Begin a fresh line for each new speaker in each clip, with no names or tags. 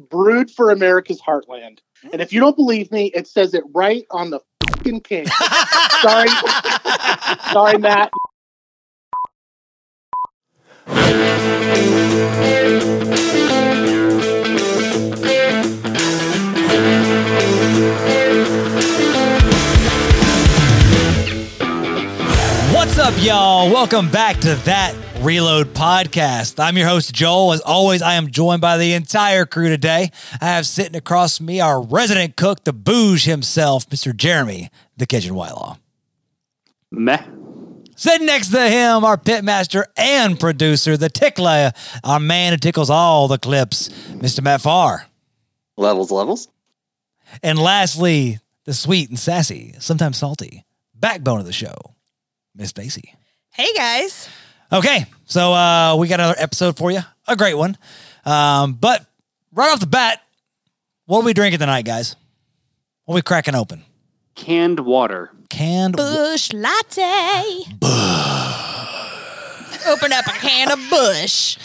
brewed for America's heartland. And if you don't believe me, it says it right on the fucking can. Sorry, sorry, Matt.
What's up, y'all? Welcome back to that Reload podcast. I'm your host, Joel. As always, I am joined by the entire crew today. I have sitting across from me our resident cook, the bouge himself, Mr. Jeremy, the Kitchen Whitelaw.
Meh.
Sitting next to him, our pit master and producer, the tickler, our man who tickles all the clips, Mr. Matt Farr.
Levels, levels.
And lastly, the sweet and sassy, sometimes salty, backbone of the show, Miss Stacy.
Hey guys.
Okay, so uh, we got another episode for you, a great one. Um, but right off the bat, what are we drinking tonight, guys? What are we cracking open?
Canned water.
Canned.
Bush latte. Open up a can of bush.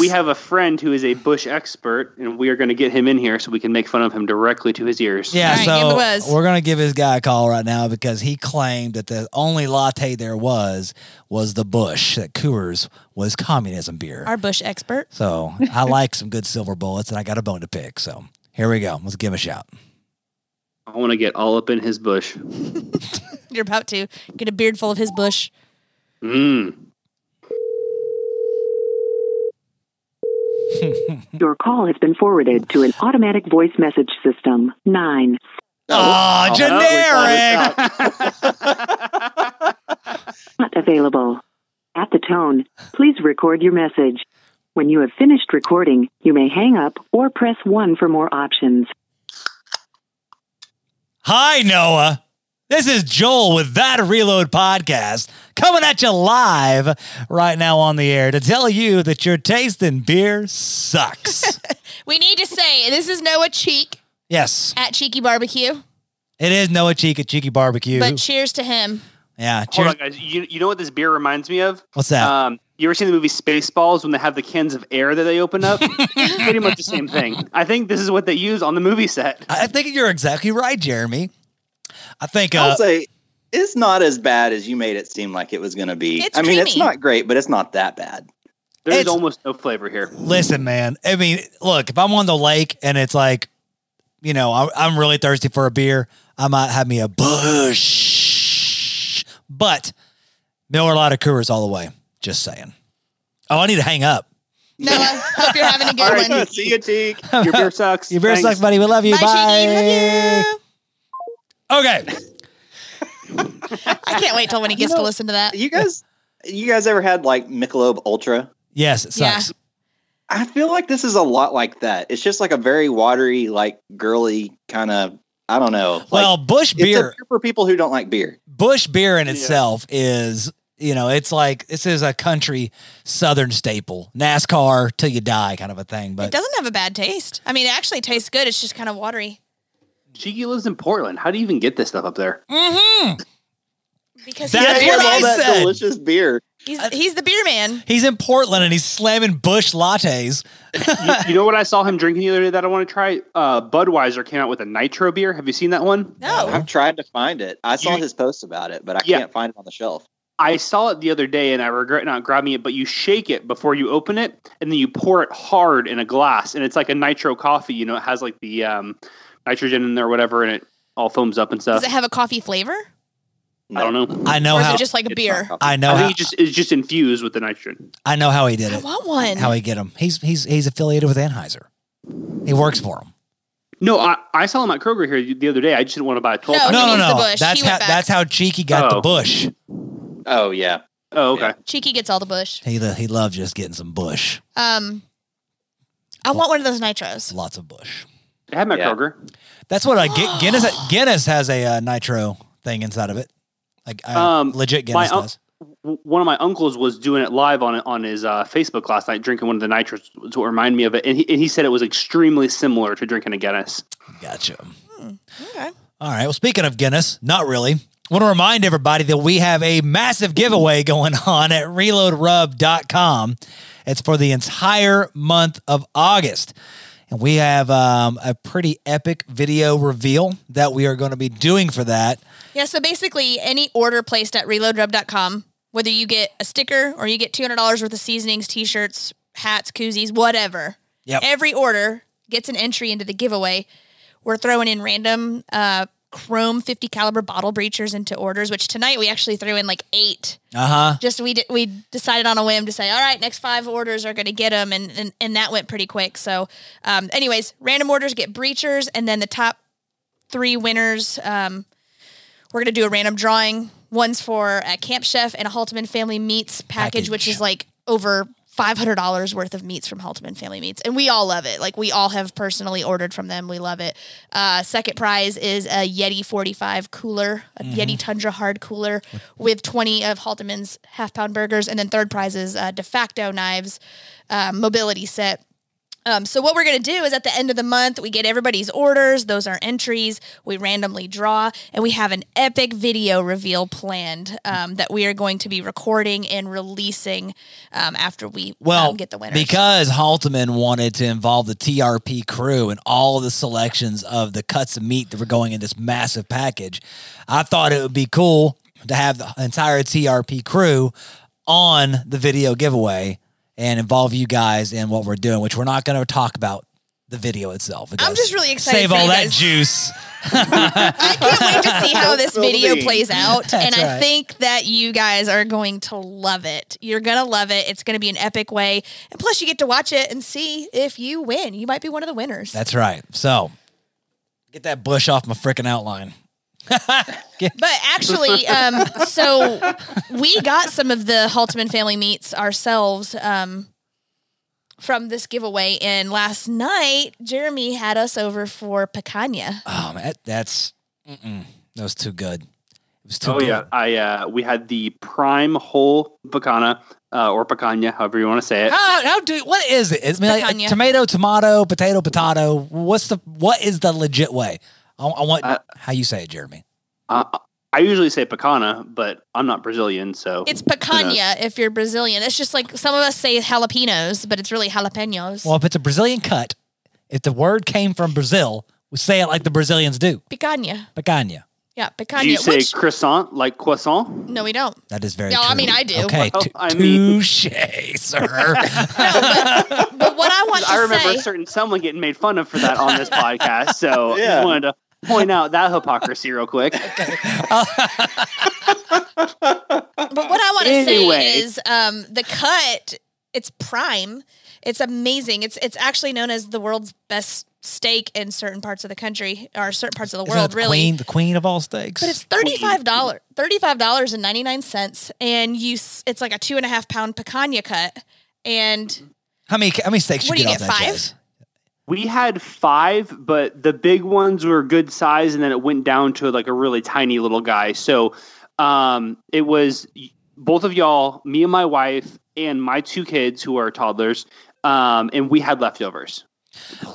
We have a friend who is a bush expert, and we are going to get him in here so we can make fun of him directly to his ears.
yeah,
All right, give the buzz.
so we're gonna give this guy a call right now because he claimed that the only latte there was was the Bush that Coors was communism beer.
Our bush expert.
So I like some good silver bullets, and I got a bone to pick. So here we go. Let's give him a shout.
I want to get all up in his bush.
You're about to get a beard full of his bush.
Mmm.
Your call has been forwarded to an automatic voice message system. Nine.
Oh, generic.
Not available. At the tone, please record your message. When you have finished recording, you may hang up or press 1 for more options.
Hi, Noah. This is Joel with That Reload Podcast coming at you live right now on the air to tell you that your taste in beer sucks.
We need to say this is Noah Cheek
yes,
at Cheeky Barbecue,
it is Noah Cheek at Cheeky Barbecue.
but cheers to him.
yeah,
Hold
cheers.
on, guys. You, you know what this beer reminds me of?
What's that?
Um, you ever seen the movie Spaceballs when they have the cans of air that they open up? Pretty much the same thing. I think this is what they use on the movie set.
I I think you're exactly right, Jeremy. I think uh,
I'll say it's not as bad as you made it seem like it was going to be.
It's
I mean, it's
creamy.
not great, but it's not that bad.
There's
It's-
almost no flavor here.
Listen, man. I mean, look, if I'm on the lake and it's like, you know, I, I'm really thirsty for a beer, I might have me a bush. But Miller Lite Coors all the way. Just saying. Oh, I need to hang up.
Noah, hope you're having a
All
good one.
right, see you, Teak. Your beer sucks.
You beer
Thanks.
sucks, buddy. We love you.
Bye,
Bye.
Cheeky. Love you.
Okay.
I can't wait till when he gets to
know-
listen to that.
You guys, you guys ever had like Michelob Ultra?
Yes, it
Yeah.
sucks.
I feel like this is a lot like that. It's just like a very watery, like girly kind of. I don't know. Like,
well, Bush
it's a
beer.
for people who don't like beer.
Bush beer in
Yeah.
itself is, you know, it's like this is a country southern staple. NASCAR till you die kind of a thing. But
It doesn't have a bad taste. I mean, it actually tastes good. It's just kind of watery
Cheeky lives in Portland. How do you even get this stuff up there?
Mm-hmm.
because
That's
he's,
They
what
have
I
all that
said.
delicious beer.
he's, he's the beer man.
He's in Portland and he's slamming Bush lattes.
you, you know what I saw him drinking the other day that I want to try? Uh, Budweiser came out with a nitro beer. Have you seen that one?
No.
I've tried to find it. I saw
You-
his post about it, but I
Yeah.
can't find it on the shelf.
I saw it the other day and I regret not grabbing it, but you shake it before you open it and then you pour it hard in a glass and it's like a nitro coffee. You know, it has like the um, nitrogen in there or whatever and it all foams up and stuff.
Does it have a coffee flavor?
No.
I don't know.
I know
or is
how.
it just like a
It's
beer?
not coffee.
I know
I
how.
think it just it's just infused with the nitrogen.
I know how he did
I
it.
want one.
How he get him? He's he's he's affiliated with Anheuser. He works for him.
No, I, I saw him at Kroger here the other day. I just didn't want to buy a 12
No,
pack.
No, no,
means Oh, the
no.
Bush.
That's
He went
how
back.
that's how Cheeky got the
Oh.
Bush.
Oh yeah,
Oh, okay.
Cheeky gets all the bush.
He lo- he loved just getting some Bush,
Um, I want one of those nitros.
lots of Bush.
They had my
Yeah.
Kroger.
That's what I get. Guinness Guinness has a uh, nitro thing inside of it. Like I,
Um,
legit Guinness
my-
does.
w- one of my uncles was doing it live on on his uh, Facebook last night, drinking one of the nitros. It's what reminded me of it, and he, and he said it was extremely similar to drinking a Guinness.
Gotcha.
Okay.
All right. Well, speaking of Guinness, not really. want to remind everybody that we have a massive giveaway going on at reloadrub.com. It's for the entire month of August. And we have um, a pretty epic video reveal that we are going to be doing for that.
Yeah, so basically, any order placed at reloadrub.com, whether you get a sticker or you get $200 worth of seasonings, t shirts, hats, koozies, whatever,
Yep.
every order gets an entry into the giveaway. We're throwing in random uh, chrome 50 caliber bottle breachers into orders, which tonight we actually threw in like eight.
Uh huh.
Just we did, we decided on a whim to say, all right, next five orders are going to get them, and, and and that went pretty quick. So, um, anyways, random orders get breachers, and then the top three winners. Um, we're going to do a random drawing. One's for a Camp Chef and a Haltman Family Meats package,
Package.
which is like over five hundred dollars worth of meats from Haltman Family Meats, and we all love it. Like we all have personally ordered from them. We love it. Uh, second prize is a Yeti forty five cooler, a Yeti Tundra hard cooler with twenty of Haltman's half pound burgers, and then third prize is uh, De facto knives, uh, mobility set. Um, so what we're gonna do is at the end of the month, we get everybody's orders. Those are entries. We randomly draw, and we have an epic video reveal planned um, that we are going to be recording and releasing um, after we
Well,
um, get the winners.
because Halteman wanted to involve the TRP crew and all the selections of the cuts of meat that were going in this massive package, I thought it would be cool to have the entire TRP crew on the video giveaway and involve you guys in what we're doing, which we're not going to talk about the video itself.
I'm just really excited.
Save
for
all
you
that
guys.
juice.
I can't wait to see how this
Don't roll
video
the-
plays out. and I
right.
think that you guys are going to love it. You're going to love it. It's going to be an epic way. And plus, you get to watch it and see if you win. You might be one of the winners.
That's right. So get that bush off my freaking outline.
But actually, um, so we got some of the Haltman family meats ourselves um, from this giveaway. And last night, Jeremy had us over for picanha.
Oh, man, that- that's mm-mm, that was too good. It was too
Oh
good.
yeah, I uh, we had the prime whole picana uh, or picanha, however you want to say it.
How, how do what is it? It's I mean, like,
Picanha.
tomato, tomato, potato, potato. What's the what is the legit way? I, I want
Uh,
how you say it, Jeremy.
Uh, I usually say picana, but I'm not Brazilian, so
It's picanha if you're Brazilian. It's just like some of us say jalapenos, but it's really jalapenos.
Well, if it's a Brazilian cut, if the word came from Brazil, we say it like the Brazilians do.
picanha.
Picanha.
Yeah,
Do you
picanha.
say
Which,
croissant like croissant?
no, we don't.
That is very.
No, I
true.
mean, I do.
Okay,
Well,
t-
I mean-
touche, sir.
But what I want to
I remember a
say,
certain someone getting made fun of for that on this podcast, so I
Yeah.
just wanted to point out that hypocrisy real quick.
but what I want to
Anyway.
say is um, the cut. It's prime. It's amazing. It's it's actually known as the world's best steak in certain parts of the country or certain parts of the
Isn't it
world.
the
really,
queen, the queen of all steaks.
But it's thirty five dollars, thirty five dollars and ninety nine cents, and you s- it's like a two and a half pound picanha cut, and
how many how many steaks
What
you
do you
get
get,
off that
five?
Jazz?
We had five, but the big ones were good size, and then it went down to like a really tiny little guy. So um, it was y- both of y'all, me and my wife, and my two kids who are toddlers, um, and we had leftovers.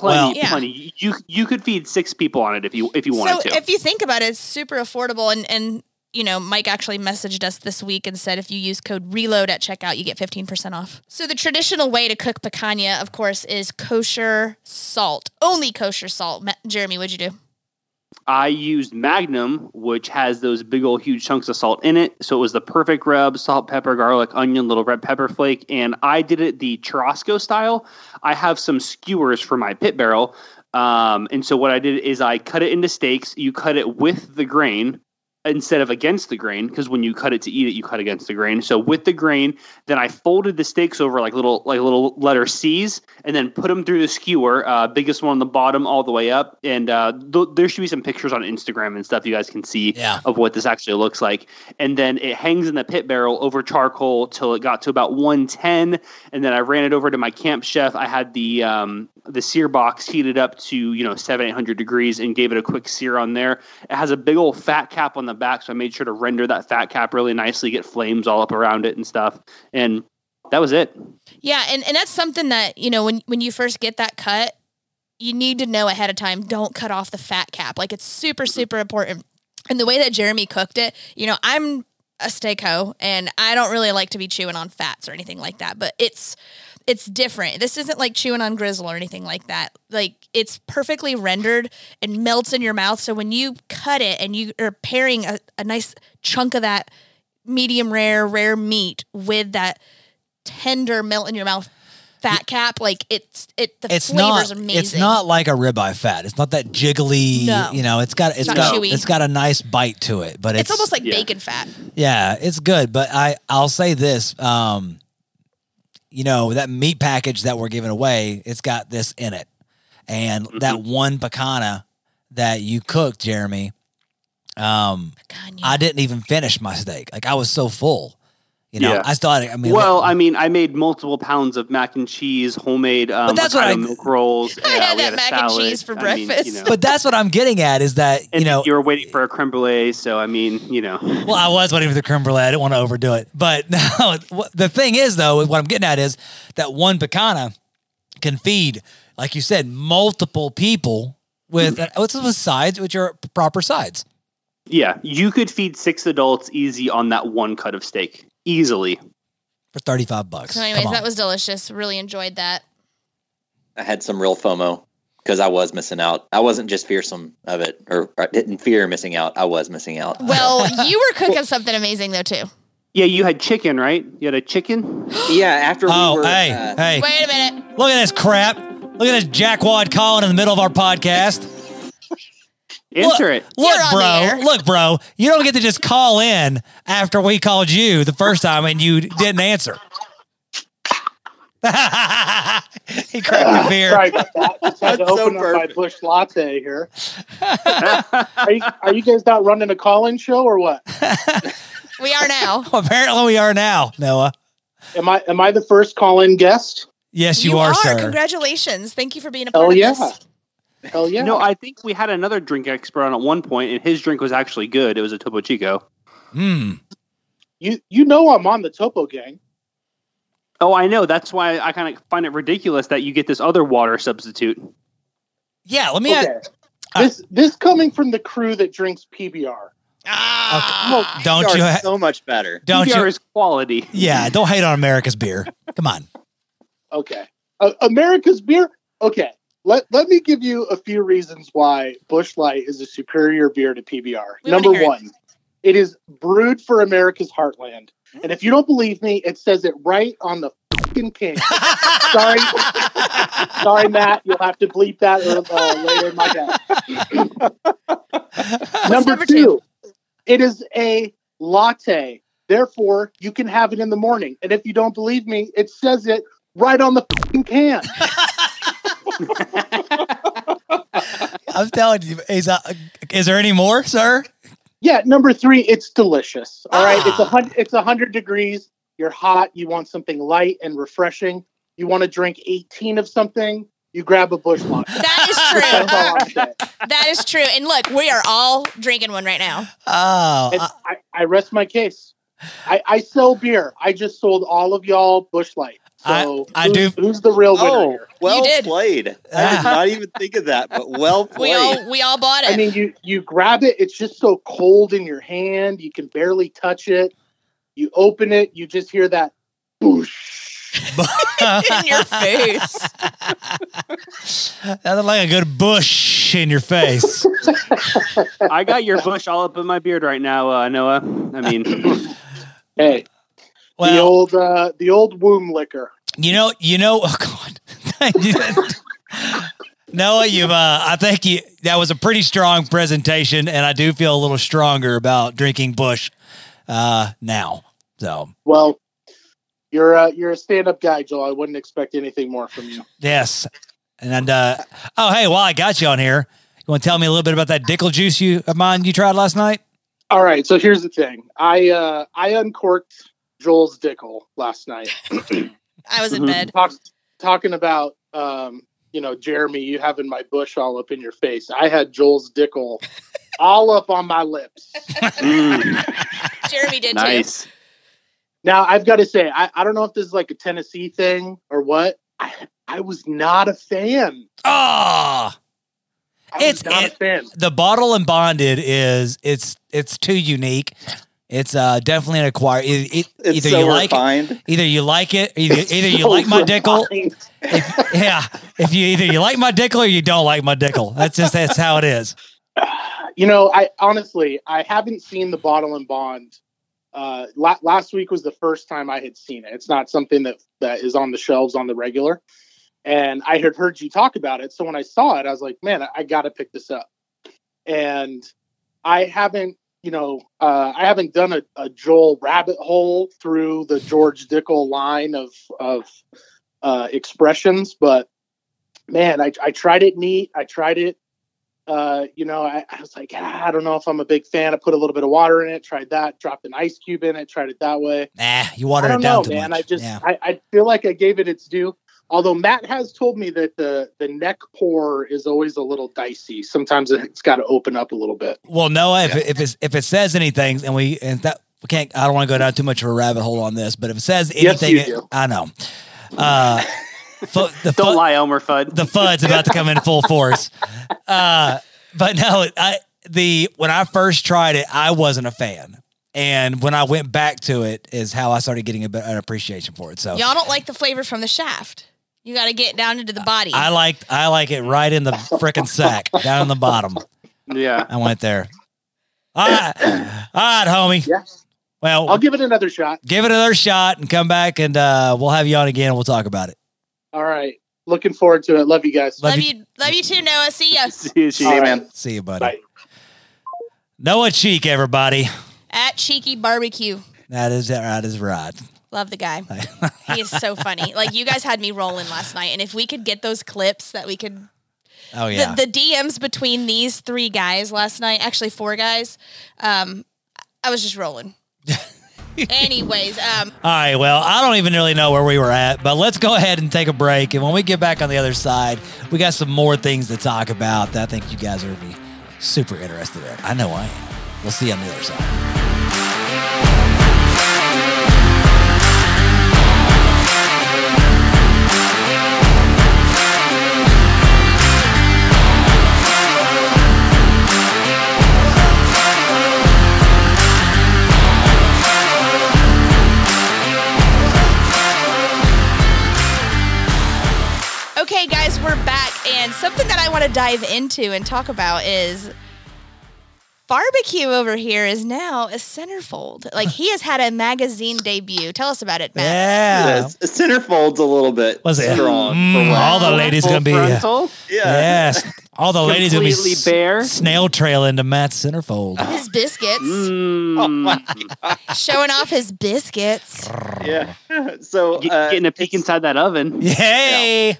Well-
Plenty,
Yeah.
plenty. You you could feed six people on it if you if you
so
wanted to.
if you think about it, it's super affordable, and and you know Mike actually messaged us this week and said if you use code reload at checkout, you get fifteen percent off. So the traditional way to cook picanha, of course, is kosher salt, only kosher salt. Ma- Jeremy, what'd you do?
I used Magnum, which has those big old huge chunks of salt in it. So it was the perfect rub salt, pepper, garlic, onion, little red pepper flake. And I did it the Churrasco style. I have some skewers for my pit barrel. Um, and so what I did is I cut it into steaks. You cut it with the grain instead of against the grain because when you cut it to eat it you cut against the grain so with the grain then i folded the steaks over like little like little letter c's and then put them through the skewer uh, biggest one on the bottom all the way up and uh, th- there should be some pictures on instagram and stuff you guys can see
Yeah.
of what this actually looks like and then it hangs in the pit barrel over charcoal till it got to about 110 and then i ran it over to my camp chef i had the um, the sear box heated up to you know 7 800 degrees and gave it a quick sear on there it has a big old fat cap on the back, so I made sure to render that fat cap really nicely, get flames all up around it and stuff. And that was it.
Yeah, and, and that's something that, you know, when when you first get that cut, you need to know ahead of time, don't cut off the fat cap. Like it's super, super important. And the way that Jeremy cooked it, you know, I'm a steak hoe and I don't really like to be chewing on fats or anything like that, but it's it's different. This isn't like chewing on grizzle or anything like that. Like it's perfectly rendered and melts in your mouth. So when you cut it and you are pairing a, a nice chunk of that medium rare rare meat with that tender melt in your mouth fat cap, like it's it the
It's
flavor's
not.
amazing.
It's not like a ribeye fat. It's not that jiggly.
No.
You know, it's got it's
not
got
chewy.
it's got a nice bite to it. But
It's,
it's,
almost like
Yeah.
bacon fat.
yeah, it's good. But I I'll say this. Um, you know that meat package that we're giving away, it's got this in it, and
Mm-hmm.
that one picana that you cooked, Jeremy. Um,
God,
I didn't even finish my steak. Like I was so full. You know,
Yeah.
I still had. I mean,
well, I mean, I made multiple pounds of mac and cheese, homemade um,
But that's what
Hokkaido
I-
milk rolls.
I had
we
that
a
mac and
salad.
cheese for
I mean,
breakfast.
you know.
but that's what I'm getting at is that
and
you know
you were waiting for a creme brulee, so I mean, you know,
Well, I was waiting for the creme brulee. I didn't want to overdo it. But no, what- the thing is, though, what I'm getting at is that one picana can feed, like you said, multiple people with
Mm.
what's with sides, which are proper sides.
yeah, you could feed six adults easy on that one cut of steak easily.
For thirty five bucks.
So,
Come
anyways,
on.
that was delicious. Really enjoyed that.
I had some real FOMO because I was missing out. I wasn't just fearsome of it, or I didn't fear missing out. I was missing out.
Well, you were cooking something amazing though too.
Yeah, you had chicken, right? You had a chicken.
yeah, after
oh,
we were,
hey,
uh,
hey!
Wait a minute.
Look at this crap! Look at this jackwad calling in the middle of our podcast.
Answer
look,
it.
Look,
You're on the
bro.
air.
Look, bro. You don't get to just call in after we called you the first time and you didn't answer. he cracked a beer.
Sorry about that. Just had to
That's so
open up my
perfect.
bush latte here. are, you, are you guys not running a call-in show or what?
We are now.
Apparently, we are now, Noah.
Am I am I the first call-in guest?
Yes, you, are, sir.
Congratulations. Thank you for being a part
Hell
of
Oh, yeah!
this.
Hell yeah!
No, I think we had another drink expert on at one point, and his drink was actually good. It was a Topo Chico.
Hmm.
you you know I'm on the Topo Gang.
Oh, I know. That's why I kind of find it ridiculous that you get this other water substitute.
Yeah, let me.
Okay. This this coming from the crew that drinks PBR.
Ah, okay. Don't
we
you?
are
Ha-
so much better.
don't
PBR
you?
is quality.
Yeah, don't hate on America's beer. Come on.
Okay, uh, America's beer. Okay, let let me give you a few reasons why Bush Light is a superior beer to PBR.
We wanna
Number
hear it.
one, it is brewed for America's heartland, and if you don't believe me, it says it right on the fucking can. Sorry. Sorry, Matt. You'll have to bleep that or, uh, later. My bad.
number
number
two?
two, it is a latte. Therefore, you can have it in the morning. And if you don't believe me, it says it right on the fing can.
I'm telling you. Is, uh, is there any more, sir?
Yeah. Number three, it's delicious. All right, it's a
Ah.
hundred. It's a hundred degrees. You're hot. You want something light and refreshing. You want to drink eighteen of something. You grab a bush latte.
That is
That's
true.
all I'm saying.
that is true. And look, we are all drinking one right now.
Oh,
And
I-
I, I rest my case. I, I sell beer. I just sold all of y'all Bush Light. So
I- I
who's,
do-
Who's the real winner?
Oh,
here?
well
did.
played. I
Ah.
did not even think of that, but well
We
played.
all we all bought it.
I mean, you you grab it. It's just so cold in your hand. You can barely touch it. You open it. You just hear that boosh.
in your face.
that looked like a good bush in your face.
I got your bush all up in my beard right now, uh, Noah. I mean, mm,
Hey, the
Well,
old uh, the old womb liquor.
you know, you know, oh God. Noah, you've, uh, I think you, that was a pretty strong presentation, and I do feel a little stronger about drinking Bush uh, now. So,
Well, you're a, you're a stand up guy, Joel. I wouldn't expect anything more from you.
yes. And, uh, oh, hey, while I got you on here, you want to tell me a little bit about that dickle juice you, of mine you tried last night?
All right, so here's the thing. I uh, I uncorked Joel's dickle last night.
I was in
Mm-hmm.
Mhm.
bed.
Talk, talking about um, you know, Jeremy, you having my bush all up in your face. I had Joel's dickle all up on my lips.
mm,
Jeremy did
nice.
Now I've got to say, I, I don't know if this is like a Tennessee thing or what. I I was not a fan. I
Oh,
was
It's-
not
it-
a fan.
the bottle and bonded is it's it's too unique. It's uh, definitely an acquired. It, it,
It's
either
so
you like it,
refined.
either you like it, either, either you
So
like my dickle.
refined.
If, yeah, if you either you like my dickle or you don't like my dickle. That's just that's how it is.
You know, I honestly I haven't seen the Bottle and Bond. Uh, la- last week was the first time I had seen it. It's not something that that is on the shelves on the regular, and I had heard you talk about it. So when I saw it, I was like, man, I, I got to pick this up. And I haven't, you know, uh, I haven't done a, a Joel rabbit hole through the George Dickel line of of uh, expressions, but man, I, I tried it neat. I tried it uh, you know, I, I was like, "Ah, I don't know if I'm a big fan. I put a little bit of water in it, tried that, dropped an ice cube in it, tried it that way.
Nah, you
I
watered
don't
it down
know,
too
man.
much.
I just,
yeah.
I, I feel like I gave it its due. Although Matt has told me that the the neck pour is always a little dicey. Sometimes it's got to open up a little bit.
Well, Noah, if, if it's if it says anything, and we and that we can't, I don't want to go down too much of a rabbit hole on this, but if it says
Yes,
anything,
you
it-
do.
I know. Uh, fu- the
Don't
fu-
lie, Elmer Fudd.
the FUD's about to come in full force. Uh, but no, I the when I first tried it, I wasn't a fan, and when I went back to it, is how I started getting a bit an appreciation for it. So
Y'all don't like the flavor from the shaft. You got to get down into the body.
I liked I like it right in the freaking sack down in the bottom.
yeah.
I went there. All right, all right, homie.
Yes,
Well,
I'll give it another shot.
give it another shot and come back, and uh, we'll have you on again. and We'll talk about it.
All right, looking forward to it. Love you guys.
Love
love,
you-
you, love you too, Noah. See ya
See, see,
See you,
All right.
man.
See you, buddy.
Bye.
Noah Cheek, everybody.
at Cheeky Barbecue.
That is that is right.
Love the guy. He is so funny. Like you guys had me rolling last night, and if we could get those clips that we could
Oh yeah.
the, the DMs between these three guys last night, actually four guys, um, I was just rolling. Anyways, um,
All right, well, I don't even really know where we were at, but let's go ahead and take a break. And when we get back on the other side, we got some more things to talk about that I think you guys are going to be super interested in. I know I am. We'll see you on the other side.
okay, guys, we're back, and something that I want to dive into and talk about is barbecue over here is now a centerfold. Like he has had a magazine debut. Tell us about it, Matt.
Yeah.
Yeah, it's- center folds a little bit
Was it?
strong
Mm,
for what.
all the ladies going to be. uh,
Frontal,
yeah.
yes. All the ladies going to be
completely
s-
bare. Uh,
snail trail into Matt's centerfold.
His biscuits,
Oh,
Mm,
showing off his biscuits.
Yeah. So
Get-
uh,
getting a peek inside that oven.
Yay.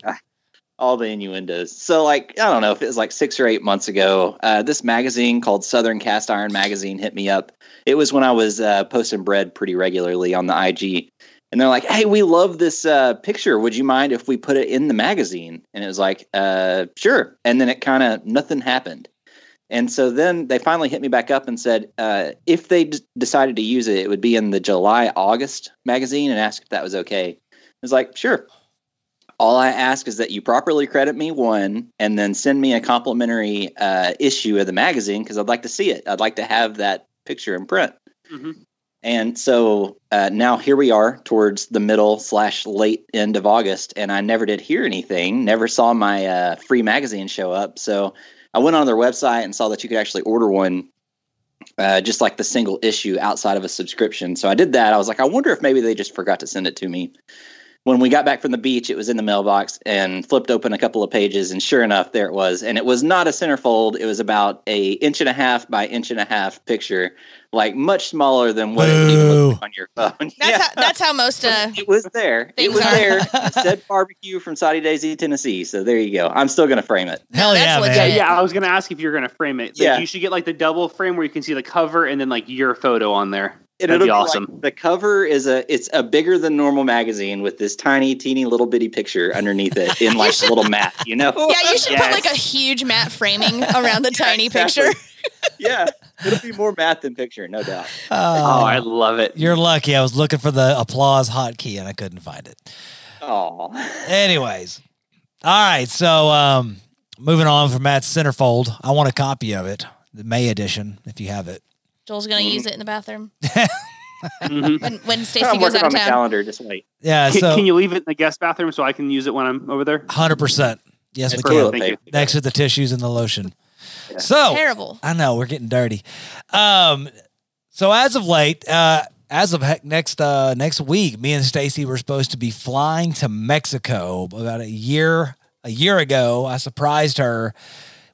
all the innuendos. So like I don't know if it was like six or eight months ago. Uh, this magazine called Southern Cast Iron Magazine hit me up. It was when I was uh, posting bread pretty regularly on the IG, and they're like, "Hey, we love this uh, picture. Would you mind if we put it in the magazine?" And it was like, uh, "Sure." And then it kind of nothing happened. And so then they finally hit me back up and said, uh, if they d- decided to use it, it would be in the July August magazine, and asked if that was okay. I was like, sure. All I ask is that you properly credit me one, and then send me a complimentary uh, issue of the magazine because I'd like to see it. I'd like to have that picture in print.
Mhm.
And so uh, now here we are towards the middle slash late end of August, and I never did hear anything. Never saw my uh, free magazine show up. So I went on their website and saw that you could actually order one, uh, just like the single issue outside of a subscription. So I did that. I was like, I wonder if maybe they just forgot to send it to me when we got back from the beach, it was in the mailbox and flipped open a couple of pages, and sure enough, there it was. And it was not a centerfold; it was about a inch and a half by inch and a half picture, like much smaller than what it would even look like on your phone.
That's
Yeah.
how, that's how most uh,
it was there. It
Things
was
are.
there. It said barbecue from Saudi Daisy, Tennessee. So there you go. I'm still gonna frame it.
Hell
that's
yeah,
legit.
Yeah,
man.
yeah. I was gonna ask if you're gonna frame it. Like,
Yeah.
you should get like the double frame where you can see the cover and then like your photo on there.
And
That'd be
like,
awesome.
the cover is a it's a bigger than normal magazine with this tiny, teeny little bitty picture underneath it in like a little mat, you know?
Yeah, you should put
Yes.
like a huge mat framing around the
Yeah,
tiny
exactly.
picture.
yeah, it'll be more math than picture, no doubt.
Oh,
Oh,
I love it.
you're lucky. I was looking for the applause hotkey and I couldn't find it.
Oh,
Anyways, all right. So, um, moving on from Matt's centerfold, I want a copy of it, the May edition, if you have it.
Joel's gonna
Mhm.
use it in the bathroom
Mhm.
when when Stacy
Mm-hmm. I'm
goes
working
out
on
of
the
town.
calendar. Just wait.
Yeah,
Can,
Uh, so
can you leave it in the guest bathroom so I can use it when I'm over there?
hundred percent. Yes, we
Perfect,
can.
Cool.
Thank you.
Next to the tissues and the lotion.
Oh.
So
Terrible.
I know we're getting dirty. Um, so as of late, uh, as of heck next uh, next week, me and Stacy were supposed to be flying to Mexico about a year a year ago. I surprised her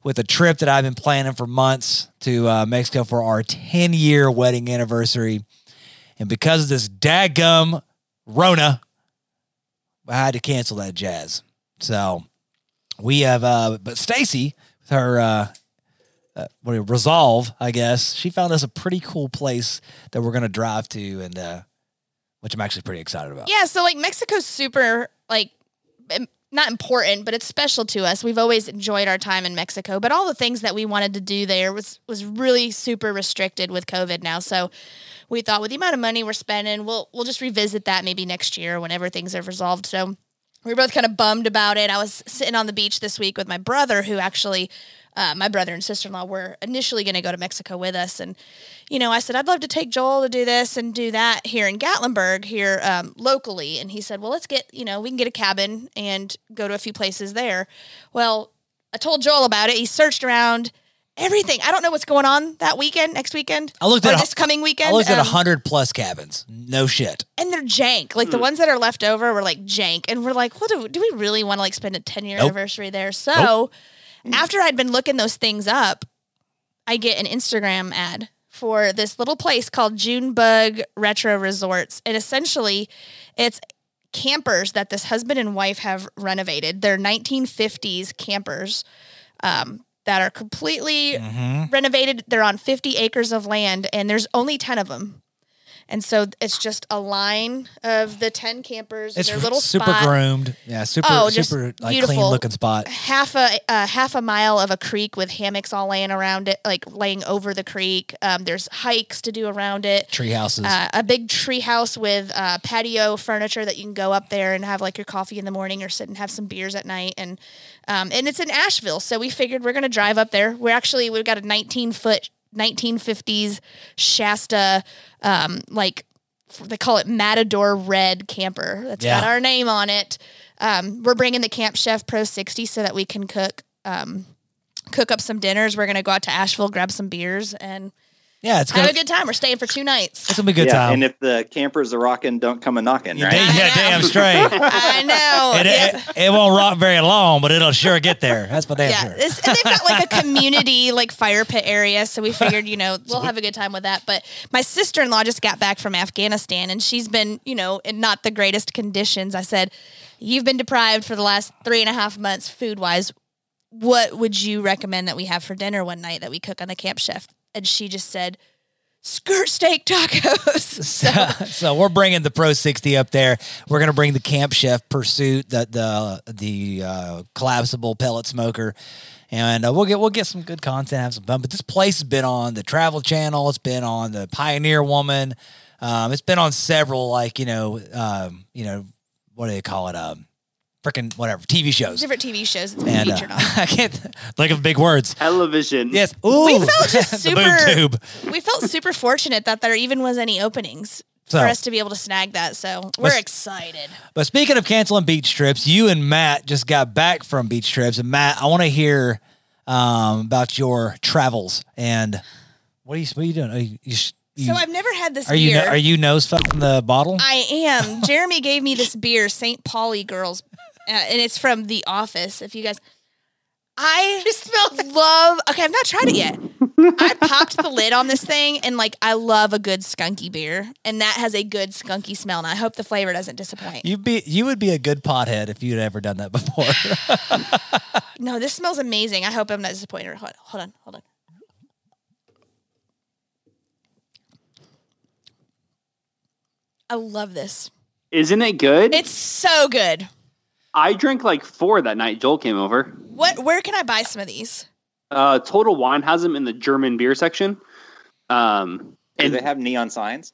with a trip that I've been planning for months to uh, Mexico for our ten year wedding anniversary, and because of this daggum Rona, I had to cancel that jazz. So we have, uh, but Stacy with her. Uh, uh, what do you- resolve, I guess. She found us a pretty cool place that we're gonna drive to, and uh, which I'm actually pretty excited about.
Yeah, so like Mexico's super like im- not important, but it's special to us. We've always enjoyed our time in Mexico, but all the things that we wanted to do there was was really super restricted with COVID now. So we thought with the amount of money we're spending, we'll we'll just revisit that maybe next year whenever things are resolved. So we were both kind of bummed about it. I was sitting on the beach this week with my brother, who actually, uh, my brother and sister in law were initially going to go to Mexico with us. And, you know, I said, I'd love to take Joel to do this and do that here in Gatlinburg, here um, locally. And he said, Well, let's get, you know, we can get a cabin and go to a few places there. Well, I told Joel about it. He searched around everything. I don't know what's going on that weekend, next weekend,
I looked
or
at
this
a,
coming weekend.
I looked at a
um,
hundred plus cabins. No shit.
and they're jank. Like the ones that are left over were like jank, and we're like, what do, do we really want to like spend a ten year
Nope.
anniversary there? So after I'd been looking those things up, I get an Instagram ad for this little place called Junebug Retro Resorts, and essentially, it's campers that this husband and wife have renovated. They're 1950s campers um, that are completely
Mm-hmm.
renovated. They're on 50 acres of land, and there's only 10 of them. And so it's just a line of the 10 campers.
It's
It's their little
super
spot,
groomed. Yeah, super
Oh, just
super like
beautiful.
clean looking spot.
half a uh, half a mile of a creek with hammocks all laying around it, like laying over the creek. Um, there's hikes to do around it.
Tree houses.
Uh, a big tree house with uh, patio furniture that you can go up there and have like your coffee in the morning or sit and have some beers at night. And um, and it's in Asheville, so we figured we're gonna drive up there. We're actually we've got a 19 foot 1950s Shasta um, like f- they call it Matador Red camper that's
Yeah.
got our name on it. Um, we're bringing the Camp Chef Pro 60 so that we can cook. Um, cook up some dinners we're going to go out to asheville grab some beers and
yeah, it's gonna,
have a good time we're staying for two nights
it's gonna be a good
yeah,
time.
And if the campers are rocking, don't come a knocking,
yeah,
right?
da- yeah, damn straight.
I know.
It,
yeah.
it, it won't rock very long, but it'll sure get there. That's my damn
yeah.
sure.
It's- and they've got like a community like fire pit area, so we figured you know we'll have a good time with that. But my sister in law just got back from Afghanistan, and she's been you know in not the greatest conditions. I said, "You've been deprived for the last three and a half months food wise. What would you recommend that we have for dinner one night that we cook on the camp chef?" And she just said, "Skirt steak tacos."
So, so we're bringing the Pro 60 up there. We're going to bring the Camp Chef Pursuit, the the the uh, collapsible pellet smoker, and uh, we'll get we'll get some good content, have some fun. But this place has been on the Travel Channel. It's been on the Pioneer Woman. Um, it's been on several like you know um, you know what do they call it um freaking whatever TV shows.
Different TV shows it's been
And uh,
featured on.
I can't think of big words.
Television.
Yes. Ooh,
We felt just
the boob
super-
tube.
we felt super fortunate that there even was any openings
So-
for us to be able to snag that. So we're
Let's-
excited.
But speaking of canceling beach trips, you and Matt just got back from beach trips, and Matt, I want to hear um, about your travels and what are you what are you doing? Are you, you, sh- you-
so I've never had this
are you
beer.
no- are you nose fucking the bottle?
I am. Jeremy gave me this beer, St. Pauli Girls, uh, and it's from The Office. If you guys, I love. Okay, I've not tried it yet. I popped the lid on this thing, and like I love a good skunky beer, and that has a good skunky smell. And I hope the flavor doesn't disappoint.
You'd be you would be a good pothead if you'd ever done that before.
No, this smells amazing. I hope I'm not disappointed. Hold on, hold on, hold on. I love this.
Isn't it good?
It's so good.
I drank like four that night. Joel came over.
What? Where can I buy some of these?
Uh, Total Wine has them in the German beer section. Um,
Do
and
they have neon signs?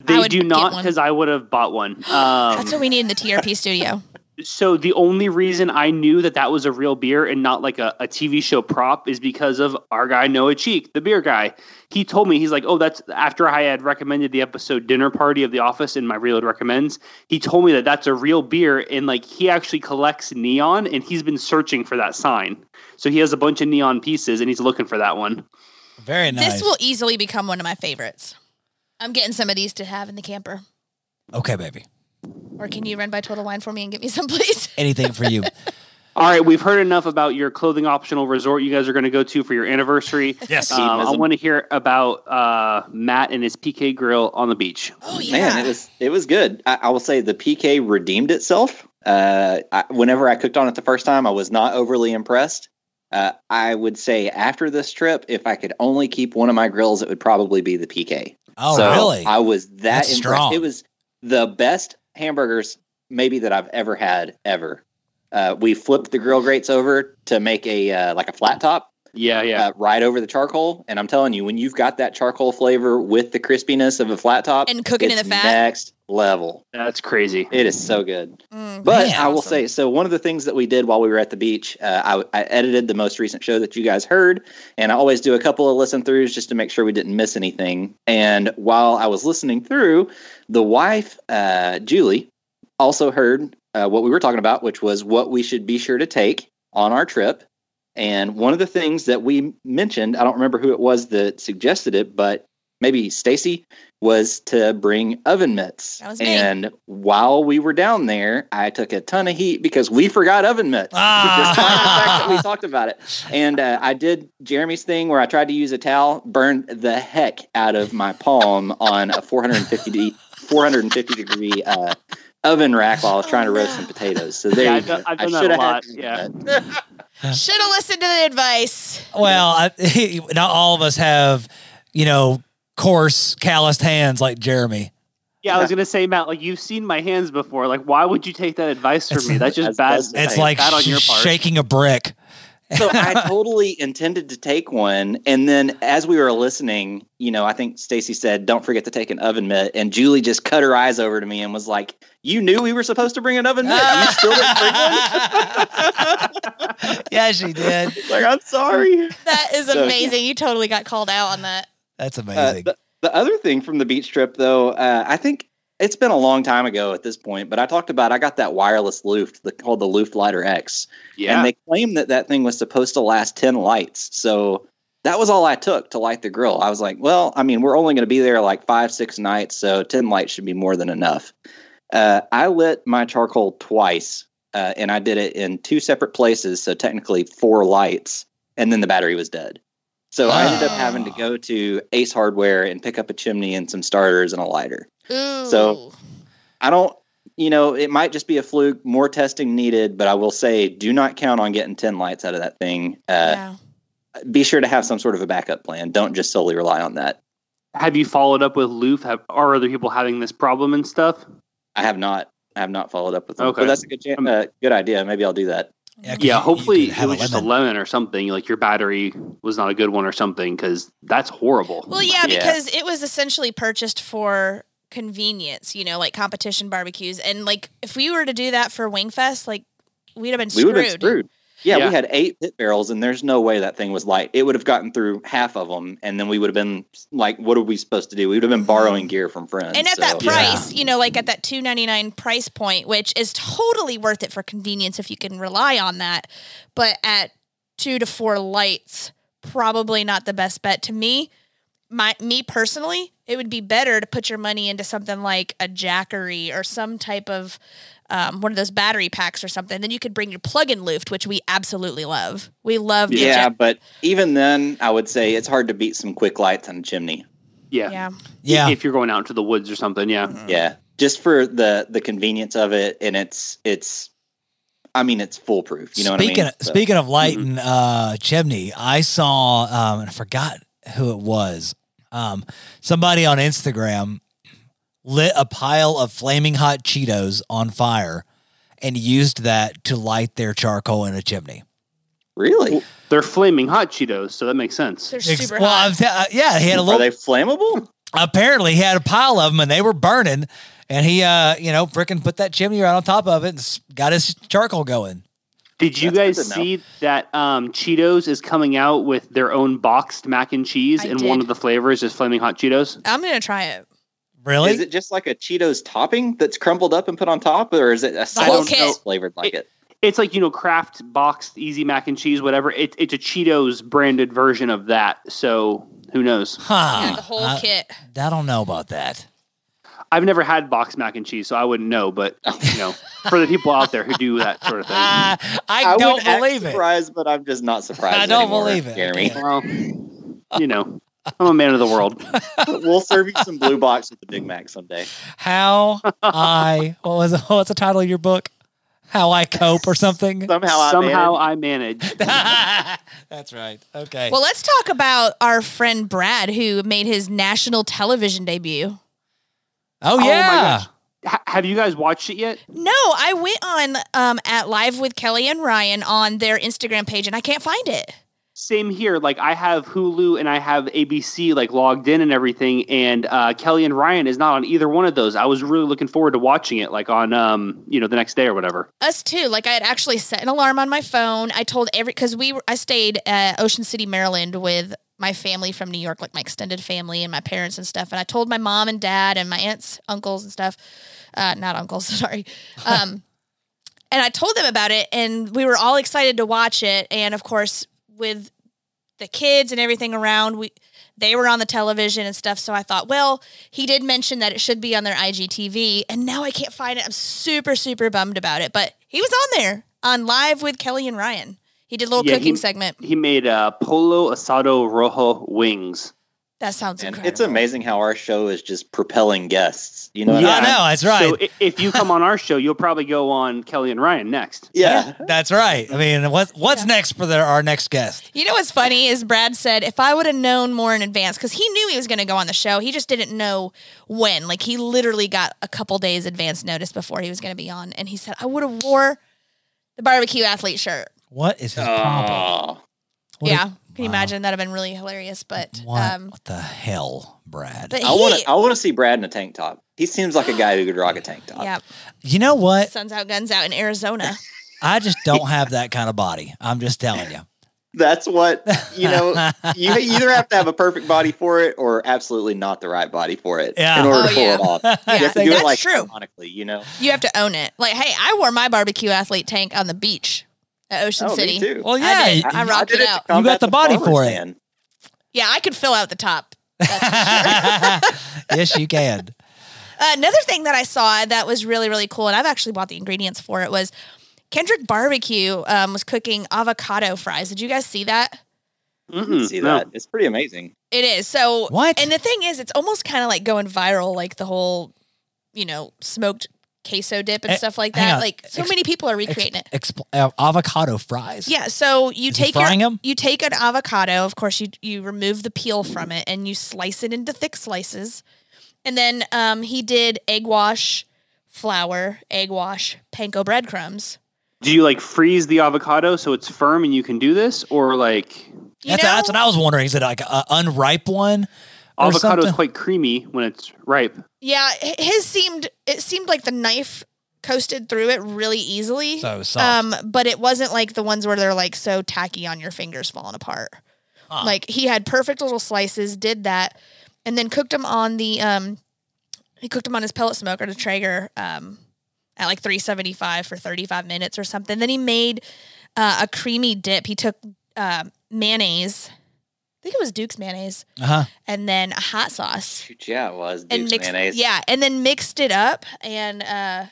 I
they
would
do
get
not
one.
because I would have bought one. Um,
That's what we need in the TRP studio.
so the only reason I knew that that was a real beer and not like a, a TV show prop is because of our guy Noah Cheek, the beer guy. He told me he's like, oh, that's after I had recommended the episode Dinner Party of The Office in my Reload recommends. He told me that that's a real beer and like he actually collects neon and he's been searching for that sign. So he has a bunch of neon pieces and he's looking for that one.
Very nice.
This will easily become one of my favorites. I'm getting some of these to have in the camper.
okay, baby.
Or can you run by Total Wine for me and get me some, please?
Anything for you.
All right, we've heard enough about your clothing optional resort you guys are going to go to for your anniversary.
yes.
Um, I
Hedonism.
want to hear about uh, Matt and his PK grill on the beach.
Oh yeah.
Man, it was it was good. I, I will say the PK redeemed itself. Uh, I, whenever I cooked on it the first time, I was not overly impressed. Uh, I would say after this trip, if I could only keep one of my grills, it would probably be the PK.
oh,
so
really?
I was that
That's
impressed.
strong.
It was the best hamburgers maybe that I've ever had ever. Uh, we flipped the grill grates over to make a uh, like a flat top,
Yeah, yeah.
uh, right over the charcoal. And I'm telling you, when you've got that charcoal flavor with the crispiness of a flat top
And cooking in
it's
the fat.
next level.
That's crazy.
It is so good.
Mm,
But
Man.
I will
awesome.
say, so one of the things that we did while we were at the beach, uh, I, I edited the most recent show that you guys heard, and I always do a couple of listen throughs just to make sure we didn't miss anything. And while I was listening through, the wife, uh, Julie, also heard uh, what we were talking about, which was what we should be sure to take on our trip. And one of the things that we mentioned, I don't remember who it was that suggested it, but maybe Stacy was to bring oven mitts.
That was me.
and while we were down there, I took a ton of heat because we forgot oven mitts. Despite the fact that we
ah.
talked about it. And uh, I did Jeremy's thing where I tried to use a towel, burned the heck out of my palm on a 450 de- 450 degree uh, oven rack while I was trying
Oh,
to roast some potatoes. So there
Yeah,
you
I've
go.
done- I've done that
shoulda
a lot,
had-
yeah.
Should have listened to the advice.
Well, I, not all of us have, you know, coarse, calloused hands like Jeremy.
Yeah, I was gonna say, Matt, like you've seen my hands before. Like, why would you take that advice from
It's-
me? That's just
That's
bad.
best
It's
Hey,
like
bad on your
sh-
part.
shaking a brick.
so I totally intended to take one, and then as we were listening, you know, I think Stacy said, "Don't forget to take an oven mitt," and Julie just cut her eyes over to me and was like, "You knew we were supposed to bring an oven mitt. You still didn't bring one."
yeah, she did.
Like, I'm sorry.
That is
So, yeah.
amazing. You totally got called out on that.
That's
Uh,
amazing.
the, the other thing from the beach trip, though, uh, I think it's been a long time ago at this point, but I talked about I got that wireless Luft the, called the Luft Lighter X,
Yeah,
and they claim that that thing was supposed to last ten lights. So that was all I took to light the grill. I was like, well, I mean, we're only going to be there like five, six nights, so ten lights should be more than enough. Uh, I lit my charcoal twice, uh, and I did it in two separate places, so technically four lights, and then the battery was dead. So I ended up having to
Ah.
go to Ace Hardware and pick up a chimney and some starters and a lighter.
Ooh.
So- I don't, you know, it might just be a fluke, more testing needed, but I will say do not count on getting 10 lights out of that thing. Uh,
yeah.
Be sure to have some sort of a backup plan. Don't just solely rely on that.
have you followed up with Loof? Have are other people having this problem and stuff?
I have not. I have not followed up with them.
Okay.
But that's a good chan- uh, good idea. Maybe I'll do that.
Yeah, 'cause
Yeah,
you- you
hopefully
could
it
have
was just a
lemon.
lemon or something. Like your battery was not a good one or something, because that's horrible.
Well, yeah,
Yeah.
because it was essentially purchased for convenience, you know, like competition barbecues. And like if we were to do that for Wingfest, like we'd have been
We
screwed.
would have been screwed. Yeah,
Yeah.
we had eight pit barrels, and there's no way that thing was light. It would have gotten through half of them, and then we would have been like, "What are we supposed to do?" We would have been borrowing gear from friends.
Mm-hmm. And at that
so-
price, you know, like at that two ninety nine price point, which is totally worth it for convenience if you can rely on that. But at two to four lights, probably not the best bet to me. My me personally, it would be better to put your money into something like a Jackery or some type of um, one of those battery packs or something. Then you could bring your plug-in Luft, which we absolutely love. We love the
Yeah,
Jack-
but even then, I would say it's hard to beat some quick lights on a chimney.
Yeah.
yeah.
Yeah.
If you're going out into the woods or something, yeah.
Yeah, just for the the convenience of it, and it's it's, I mean, it's foolproof. You know
speaking
what I mean?
Of,
So- Mm-hmm.
Speaking of light
Mhm.
and uh, chimney, I saw um, and I forgot who it was. Um, somebody on Instagram lit a pile of flaming hot Cheetos on fire and used that to light their charcoal in a chimney.
really,
They're flaming hot Cheetos, so that makes sense.
They're
Ex-
super
well,
hot.
I'm t- uh, yeah, he had a
are
little.
they flammable?
apparently, he had a pile of them and they were burning. and he, uh, you know, freaking put that chimney right on top of it and s- got his charcoal going.
Did you
That's
guys
good to know.
see that um, Cheetos is coming out with their own boxed mac and cheese,
I
and one
did.
of the flavors is flaming hot Cheetos?
I'm gonna try it.
Really?
Is it just like a Cheetos topping that's crumbled up and put on top, or is it a
whole
sauce
kit.
that's flavored like it?
It's like you know, Kraft boxed easy mac and cheese, whatever. It, it's a Cheetos branded version of that. So who knows?
huh.
the whole
Ah, I,
kit.
I don't know about that.
I've never had boxed mac and cheese, so I wouldn't know. But you know, for the people out there who do that sort of thing,
I, I,
would
don't
act
believe it.
Surprised, but I'm just not surprised.
I don't
anymore,
believe it.
Jeremy.
well, you know, I'm a man of the world.
we'll serve you some blue box with the Big Mac someday.
How I what was what's the title of your book? How I cope or something?
Somehow, I
Somehow
managed-
I manage.
That's right. Okay.
Well, let's talk about our friend Brad, who made his national television debut.
oh
my
yeah.
gosh. Ha- have you guys watched it yet?
No, I went on um, at Live with Kelly and Ryan on their Instagram page, and I can't find it.
Same here. Like I have Hulu and I have ABC like logged in and everything, and uh, Kelly and Ryan is not on either one of those. I was really looking forward to watching it, like on um, you know, the next day or whatever.
Us too. Like I had actually set an alarm on my phone. I told every because we were, I stayed at Ocean City, Maryland, with my family from New York, like my extended family and my parents and stuff. And I told my mom and dad and my aunts, uncles and stuff. Uh, not uncles, sorry. Um, and I told them about it, and we were all excited to watch it. And of course, with the kids and everything around, we they were on the television and stuff. So I thought, well, he did mention that it should be on their IGTV, and now I can't find it. I'm super, super bummed about it. But he was on there on live with Kelly and Ryan. He did a little
Yeah,
cooking
he-
segment.
He made uh, polo asado rojo wings.
That sounds
And
incredible.
it's amazing how our show is just propelling guests. You know what
I
Yeah.
I mean?
know, that's right.
So i- if you come on our show, you'll probably go on Kelly and Ryan next.
Yeah.
That's right. I mean, what's what's next for their, our next guest?
You know what's funny is Brad said if I would have known more in advance because he knew he was going to go on the show, he just didn't know when. Like he literally got a couple days advance notice before he was going to be on, and he said I would have wore the barbecue athlete shirt.
What is his problem?
Oh,
What
yeah,
is-
can you
wow.
imagine that'd have been really hilarious? But
What,
um,
what the hell, Brad?
but
I
he,
want to. I want to see Brad in a tank top. He seems like a guy who could rock a tank top.
yeah,
you know what?
suns out, guns out in Arizona.
I just don't have that kind of body. I'm just telling you.
That's what you know. you either have to have a perfect body for it, or absolutely not the right body for it
Yeah.
in order
Oh,
to pull
yeah.
it off.
Yeah,
You have to do
that's
it like
true.
ironically, you know.
You have to own it. Like, hey, I wore my barbecue athlete tank on the beach at Ocean
oh,
City.
me too.
well, yeah.
I did. I
you-
rocked
did
it
to
out.
You got
combat
the body
farmer's
for it.
man.
Yeah, I could fill out the top.
yes, you can.
Another thing that I saw that was really, really cool, and I've actually bought the ingredients for it, was Kendrick Barbecue um, was cooking avocado fries. Did you guys see that?
Mm-mm,
see
no.
that? It's pretty amazing.
It is. So,
What?
and the thing is, it's almost kind of like going viral, like the whole, you know, smoked queso dip and
Eh,
stuff like
hang
that.
on.
Like, so
Ex-
many people are
Ex-
recreating it.
expl- uh, avocado fries.
Yeah, so you
Is he
take your,
frying 'em?
you take an avocado. Of course, you you remove the peel from it and you slice it into thick slices. And then um, he did egg wash, flour, egg wash, panko breadcrumbs.
Do you like freeze the avocado so it's firm and you can do this, or like
You
that's,
know,
that's what I was wondering. Is it like an unripe one? Or
avocado
something.
is quite creamy when it's ripe?
yeah, hi- his seemed it seemed like the knife coasted through it really easily.
So soft.
um, but it wasn't like the ones where they're like so tacky on your fingers falling apart.
Huh.
Like he had perfect little slices, did that, and then cooked them on the um, he cooked them on his pellet smoker, the Traeger, um, at like 375 for 35 minutes or something. Then he made uh, a creamy dip. He took uh, mayonnaise, I think it was Duke's mayonnaise,
uh-huh.
and then a hot sauce
Shoot, yeah, it was. Duke's
and mixed
mayonnaise.
yeah, and then mixed it up and. uh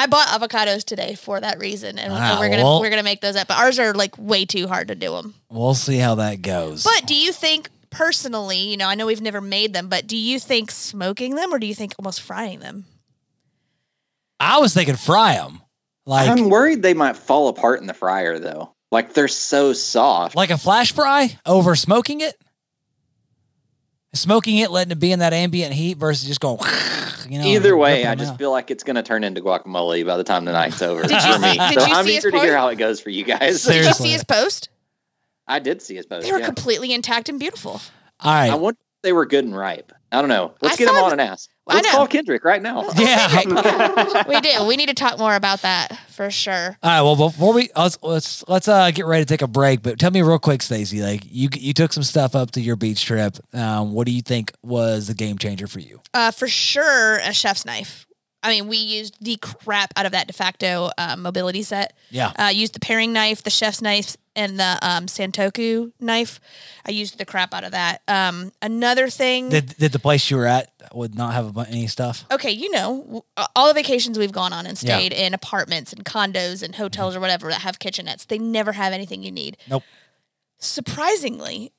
I bought avocados today for that reason, and
Ah,
we're gonna
well-
we're gonna make those up. But ours are like way too hard to do them.
We'll see how that goes.
But do you think personally, you know, I know we've never made them, but do you think smoking them or do you think almost frying them?
I was thinking fry them, like
I'm worried they might fall apart in the fryer though. Like they're so soft.
like a flash fry over smoking it. Smoking it, letting it be in that ambient heat versus just going. You know,
Either way,
ripping
I
them
just
out.
feel like it's going to turn into guacamole by the time the night's over
Did
you
for me.
see- did
so
you
I'm
see his
eager to hear
post?
how it goes for you guys.
Seriously.
Did you see his post?
I did see his post.
They were
Uh, yeah.
completely intact and beautiful.
All
I
right,
wonder if they were good and ripe. I don't know. Let's
I
get him
saw-
on and ask.
I
Let's
know.
call Kendrick right now.
Yeah.
we do. We need to talk more about that for sure.
All right. Well, before we let's let's, let's uh, get ready to take a break, but tell me real quick, Stacey. Like you you took some stuff up to your beach trip. Um, what do you think was the game changer for you?
Uh, for sure, a chef's knife. I mean, we used the crap out of that de facto uh, mobility set.
Yeah.
Uh, used the paring knife, the chef's knife, and the um, Santoku knife. I used the crap out of that. Um, another thing.
Did did the place you were at would not have a bu- any stuff?
okay, you know, w- all the vacations we've gone on and
Yeah.
stayed in apartments and condos and hotels or whatever that have kitchenettes, they never have anything you need.
Nope.
Surprisingly,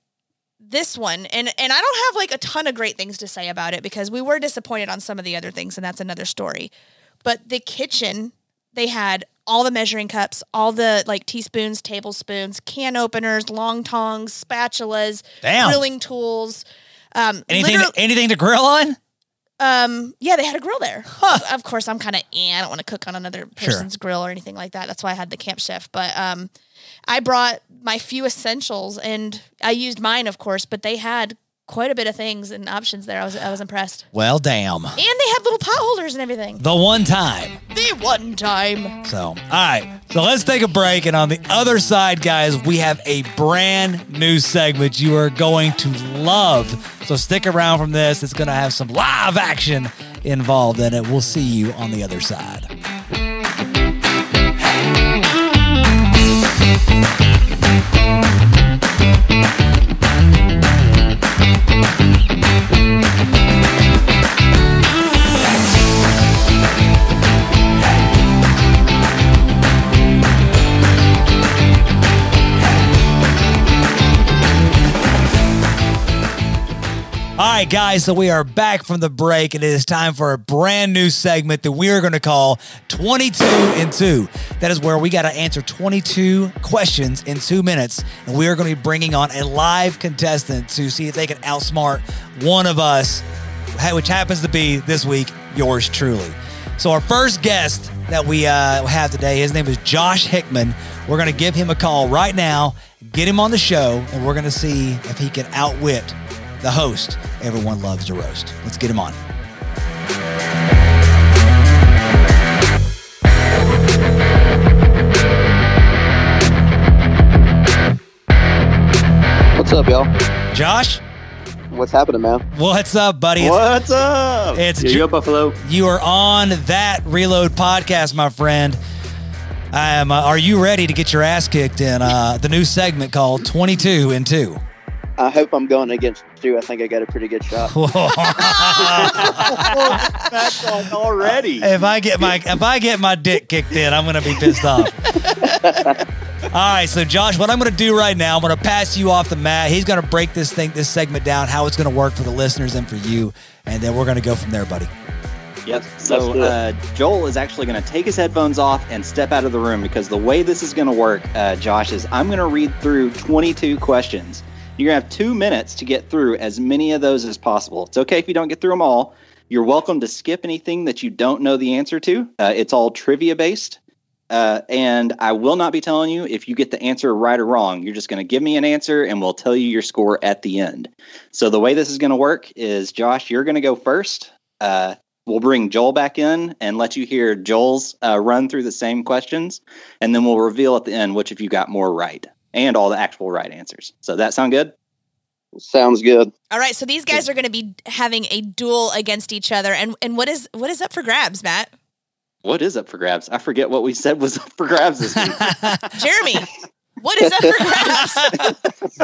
this one and and I don't have like a ton of great things to say about it because we were disappointed on some of the other things and that's another story. But the kitchen, they had all the measuring cups, all the like teaspoons, tablespoons, can openers, long tongs, spatulas,
Damn.
grilling tools. Um,
Anything
literal-
anything to grill on?
um, yeah, they had a grill there. Of course, I'm kind of, eh, I don't want to cook on another
Sure.
person's grill or anything like that. That's why I had the camp chef. But um, I brought my few essentials, and I used mine, of course. But they had quite a bit of things and options there. I was, I was impressed.
Well, damn.
And they had little pot holders and everything.
The one time.
The one time.
So, all right. So let's take a break. And on the other side, guys, we have a brand new segment you are going to love. So stick around from this. It's going to have some live action involved in it. We'll see you on the other side. All right, guys. So we are back from the break. and It is time for a brand new segment that we are going to call 22 in 2. That is where we got to answer 22 questions in two minutes. And we are going to be bringing on a live contestant to see if they can outsmart one of us, ha- which happens to be this week, yours truly. So our first guest that we uh, have today, his name is Josh Hickman. We're going to give him a call right now, get him on the show, and we're going to see if he can outwit the host. Everyone loves to roast. Let's get him on.
What's up, y'all?
Josh,
What's happening, man?
what's up, buddy? It's,
What's up?
it's
Yo,
Jo-
yo, Buffalo.
you are on that Reload podcast, my friend. I am. Uh, are you ready to get your ass kicked in uh, the new segment called 22 and 2?
I hope I'm going against you. I think I got a pretty good shot.
That's on already.
If I get my if I get my dick kicked in, I'm gonna be pissed off. All right, so Josh, what I'm gonna do right now, I'm gonna pass you off to Matt. He's gonna break this thing, this segment down, how it's gonna work for the listeners and for you, and then we're gonna go from there, buddy.
Yep.
Let's
So
do it.
uh, Joel is actually going to take his headphones off and step out of the room because the way this is going to work, uh, Josh, is I'm going to read through 22 questions. You're going to have two minutes to get through as many of those as possible. It's okay if you don't get through them all. You're welcome to skip anything that you don't know the answer to. Uh, it's all trivia based. Uh, and I will not be telling you if you get the answer right or wrong. You're just going to give me an answer and we'll tell you your score at the end. So the way this is going to work is, Josh, you're going to go first. Uh, we'll bring Joel back in and let you hear Joel's uh, run through the same questions, and then we'll reveal at the end which of you got more right and all the actual right answers. So that sound good?
Sounds good.
All right, so these guys are going to be having a duel against each other, and and what is what is up for grabs, Matt?
What is up for grabs? I forget what we said was up for grabs this week.
Jeremy, what is up for grabs?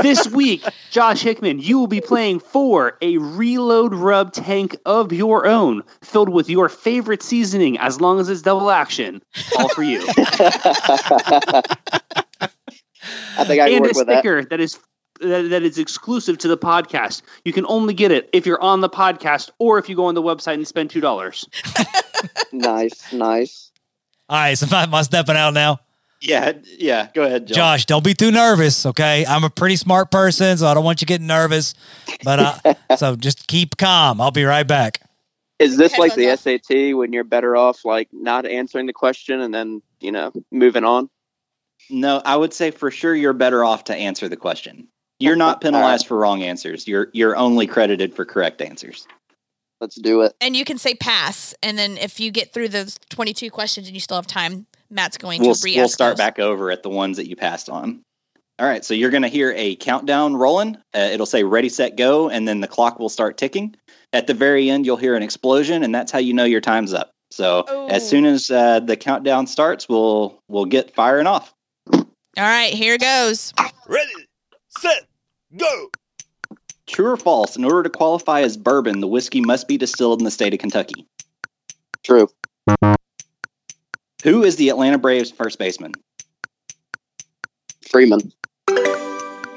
this week, Josh Hickman, you will be playing for a reload rub tank of your own, filled with your favorite seasoning, as long as it's double action. All for you.
I think I can
and
work
a
with that.
sticker that is that, that is exclusive to the podcast. You can only get it if you're on the podcast or if you go on the website and spend two dollars.
Nice, nice.
All right, so am I stepping out now?
yeah, yeah. Go ahead, Joel.
Josh, don't be too nervous, okay? I'm a pretty smart person, so I don't want you getting nervous. But uh, so just keep calm. I'll be right back.
Is this
Okay,
like the
headphones
SAT when you're better off like not answering the question and then you know moving on?
No, I would say for sure you're better off to answer the question. You're not penalized for wrong answers. You're you're only credited for correct answers.
Let's do it.
And you can say pass, and then if you get through those twenty-two questions and you still have time, Matt's going
We'll
to re
we'll start back over at the ones that you passed on. All right, so you're going to hear a countdown rolling. Uh, it'll say ready, set, go, and then the clock will start ticking. At the very end, you'll hear an explosion, and that's how you know your time's up. So as
Oh.
soon as uh, the countdown starts, we'll we'll get firing off.
All right, here goes.
Ah.
Ready, set, go.
True or false? In order to qualify as bourbon, the whiskey must be distilled in the state of Kentucky.
True.
Who is the Atlanta Braves first baseman?
Freeman.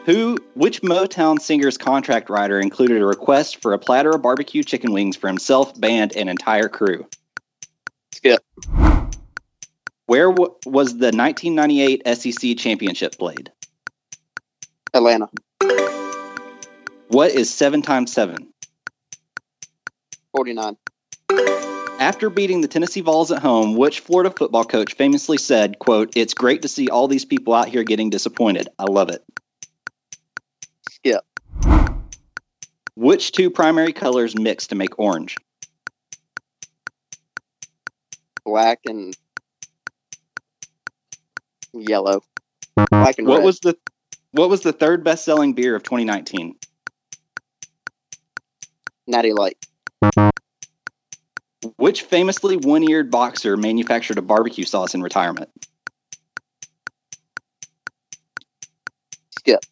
Who? Which Motown singer's contract writer included a request for a platter of barbecue chicken wings for himself, band, and entire crew?
Skip.
Where w- was the 1998 SEC E championship played?
Atlanta.
What is seven times seven?
49.
After beating the Tennessee Vols at home, which Florida football coach famously said, "quote It's great to see all these people out here getting disappointed. I love it."
Skip.
Which two primary colors mix to make orange?
Black and yellow. Black and
What
red.
was the What was the third best selling beer of 2019?
Natty Light.
Which famously one eared boxer manufactured a barbecue sauce in retirement?
Skip.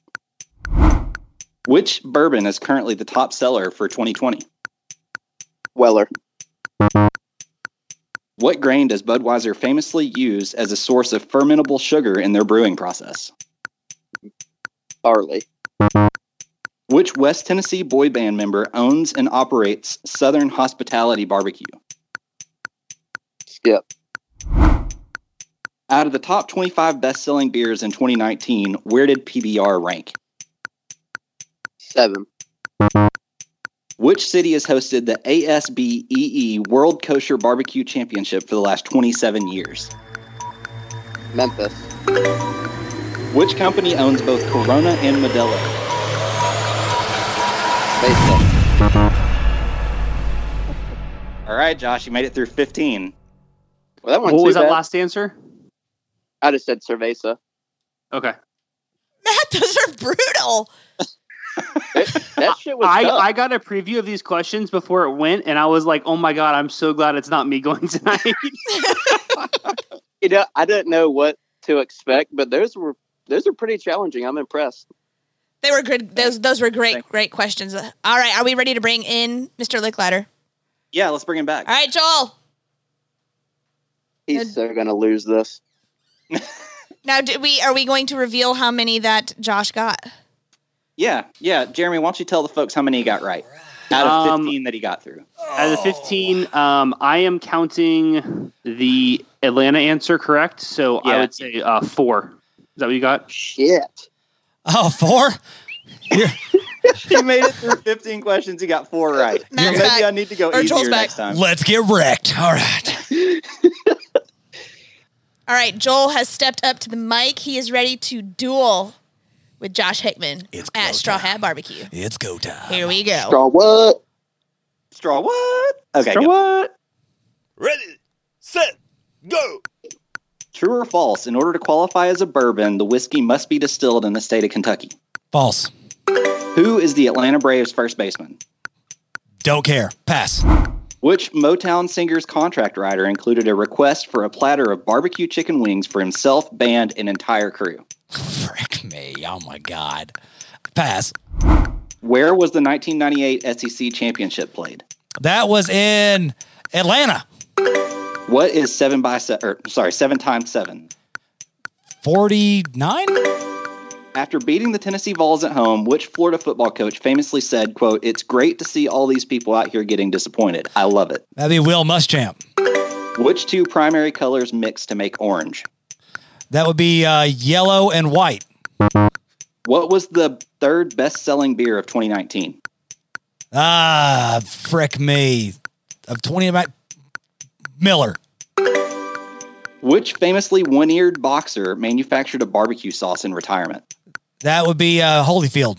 Which bourbon is currently the top seller for 2020?
Weller.
What grain does Budweiser famously use as a source of fermentable sugar in their brewing process?
Barley.
Which West Tennessee boy band member owns and operates Southern Hospitality Barbecue?
Skip.
Out of the top 25 best selling beers in 2019, where did PBR rank?
Seven.
Which city has hosted the ASBEE E World Kosher Barbecue Championship for the last 27 years?
Memphis.
Which company owns both Corona and Modelo?
Baseball.
All right, Josh, you made it through 15.
Well, that one
What was that last answer?
I just said Cerveza.
Okay.
Matt, those are brutal.
That shit was
I,
tough.
I got a preview of these questions before it went, and I was like, oh my God, I'm so glad it's not me going tonight.
you know, I didn't know what to expect, but those were those are pretty challenging. I'm impressed.
They were good. Those those were great,
Thank-
great questions. All right, are we ready to bring in Mr. Licklider?
Yeah, let's bring him back.
All right, Joel.
He's so gonna lose this.
Now, do we are we going to reveal how many that Josh got?
Yeah, yeah. Jeremy, why don't you tell the folks how many he got right out of
Um,
15 that he got through?
As a 15, um, I am counting the Atlanta answer correct, so I
Yeah.
would say uh, four. Is that what you got?
Shit.
Oh, four? You're,
he made it through 15 questions. He got four right.
Matt's
Maybe
back.
I need to go
Or Joel's
easier
back.
next time.
let's get wrecked. All right.
All right, Joel has stepped up to the mic. He is ready to duel with Josh Hickman
It's go
at Straw
time.
Hat Barbecue.
It's go time.
Here we go.
Straw what?
Straw what? Okay,
Straw
go.
what?
Ready, set, go.
True or false? In order to qualify as a bourbon, the whiskey must be distilled in the state of Kentucky.
False.
Who is the Atlanta Braves first baseman?
Don't care. Pass.
Which Motown singer's contract writer included a request for a platter of barbecue chicken wings for himself, band, and entire crew?
Frick me. Oh my God. Pass.
Where was the 1998 SEC E championship played?
That was in Atlanta.
What is seven by seven? Or, sorry, seven times seven.
49?
After beating the Tennessee Vols at home, which Florida football coach famously said, "quote It's great to see all these people out here getting disappointed. I love it."
That'd be Will Muschamp.
Which two primary colors mix to make orange?
That would be uh, yellow and white.
What was the third best-selling beer of 2019?
Ah, frick me. Of 20 about Miller.
Which famously one-eared boxer manufactured a barbecue sauce in retirement?
That would be uh, Holyfield.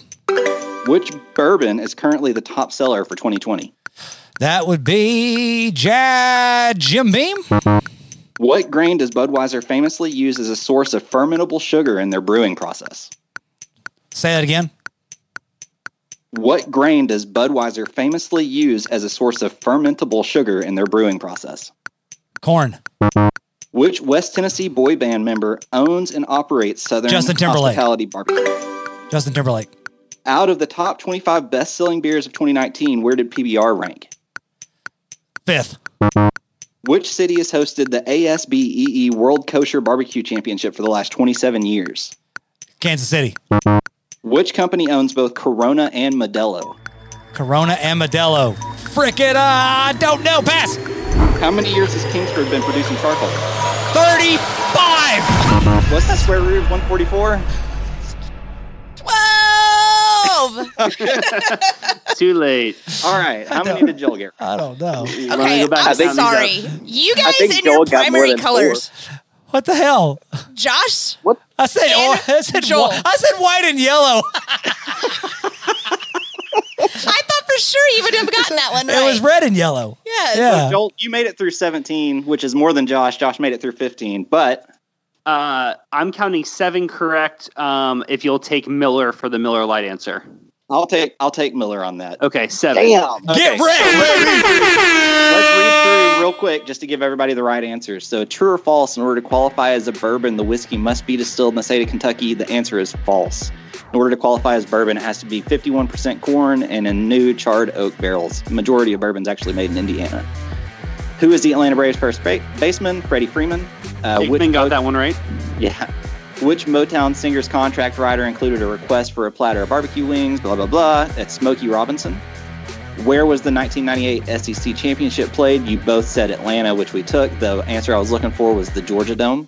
Which bourbon is currently the top seller for 2020?
That would be Ja Jim Beam.
What grain does Budweiser famously use as a source of fermentable sugar in their brewing process?
Say that again.
What grain does Budweiser famously use as a source of fermentable sugar in their brewing process?
Corn.
Which West Tennessee boy band member owns and operates Southern
Justin Timberlake.
Hospitality Barbecue?
Justin Timberlake.
Out of the top 25 best-selling beers of 2019, where did PBR rank?
Fifth.
Which city has hosted the ASBEE E World Kosher Barbecue Championship for the last 27 years?
Kansas City.
Which company owns both Corona and Modelo?
Corona Amadello. Frick it, uh, I don't know. Pass.
How many years has Kingsford been producing charcoal?
35.
What's the square root of 144?
12.
Too late.
All right. How many did Joel get?
I don't know.
Let me
okay,
go back
I'm
and count these up.
sorry. You
I
guys
think
in
Joel
your
got more
primary
than four.
colors.
What the hell?
Josh,
I said,
And
oh, I said,
Joel.
whi- I said white and yellow.
I thought for sure you would have gotten that one right.
It was red and yellow.
Yes.
Yeah.
Joel, you made it through 17, which is more than Josh. Josh made it through 15, but
Uh, I'm counting seven correct. Um, if you'll take Miller for the Miller Light answer.
I'll take I'll take Miller on that.
Okay, seven.
Damn.
Get
Okay.
red.
Let's read through real quick just to give everybody the right answer. So, true or false, in order to qualify as a bourbon, the whiskey must be distilled in the state of Kentucky. The answer is false. In order to qualify as bourbon, it has to be 51% corn and in new charred oak barrels. Majority of bourbon's actually made in Indiana. Who is the Atlanta Braves first ba- baseman? Freddie Freeman. Uh, which-
Hickman got that one right.
yeah. Which Motown singer's contract writer included a request for a platter of barbecue wings, blah, blah, blah? That's Smokey Robinson. Where was the 1998 SEC E Championship played? You both said Atlanta, which we took. The answer I was looking for was the Georgia Dome.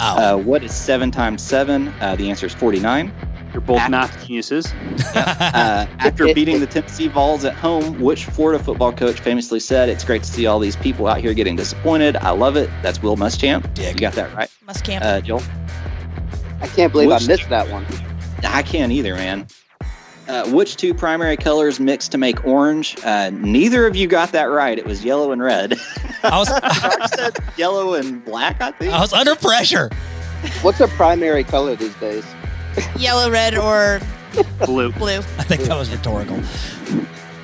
Oh.
Uh, what is 7 times 7? Uh, the answer is 49.
You're both
Act-
math geniuses.
Uh, after beating the Tennessee Vols at home, which Florida football coach famously said, It's great to see all these people out here getting disappointed. I love it. That's Will Muschamp.
Dick.
You got that right,
Must camp.
uh, Joel?
I can't believe
Which-
I missed that one.
I can't either, man. Uh, which two primary colors mix to make orange? Uh, neither of you got that right. It was yellow and red.
I was I
Josh said yellow and black, I think.
was under pressure.
What's a primary color these days?
Yellow, red, or
Blue.
blue.
I think that was rhetorical.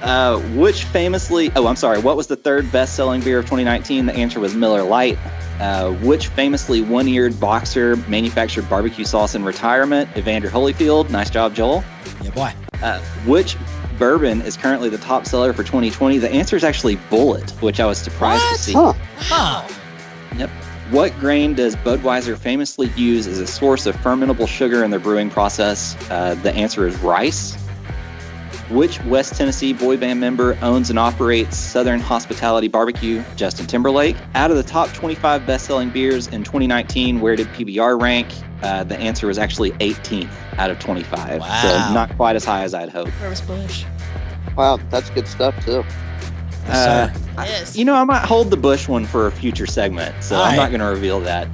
Uh, which famously, oh, I'm sorry, what was the third best selling beer of 2019? The answer was Miller Lite. Uh, which famously one eared boxer manufactured barbecue sauce in retirement? Evander Holyfield. Nice job, Joel.
Yeah, boy.
Uh, which bourbon is currently the top seller for 2020? The answer is actually Bullet, which I was surprised
What?
to see.
Huh.
Huh.
What grain does Budweiser famously use as a source of fermentable sugar in their brewing process? Uh, the answer is rice. Which West Tennessee boy band member owns and operates Southern Hospitality Barbecue? Justin Timberlake. Out of the top 25 best selling beers in 2019, where did PBR rank? Uh, the answer was actually 18th out of 25.
Wow.
So not quite as high as I'd hoped.
Where was Bush?
Wow, that's good stuff too.
Uh,
Sir.
Yes.
You know, I might hold the Bush one for a future segment, so I'm
Alright.
not going to reveal that.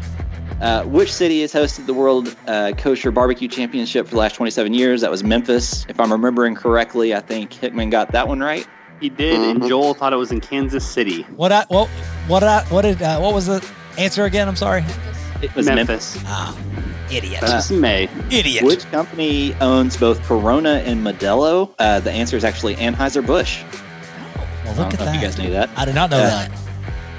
Uh, which city has hosted the World uh, Kosher Barbecue Championship for the last 27 years? That was Memphis. If I'm remembering correctly, I think Hickman got that one right.
He did, and Joel thought it was in Kansas City.
What I what what I what did uh, what was the answer again? I'm sorry.
It was Memphis.
Memphis.
Ah, idiot.
That's just in May.
idiot.
Which company owns both Corona and Modelo? Uh, the answer is actually
well,
Anheuser-Busch. I
look
don't
at
know
that.
if you guys knew that.
I did not know
Uh,
that.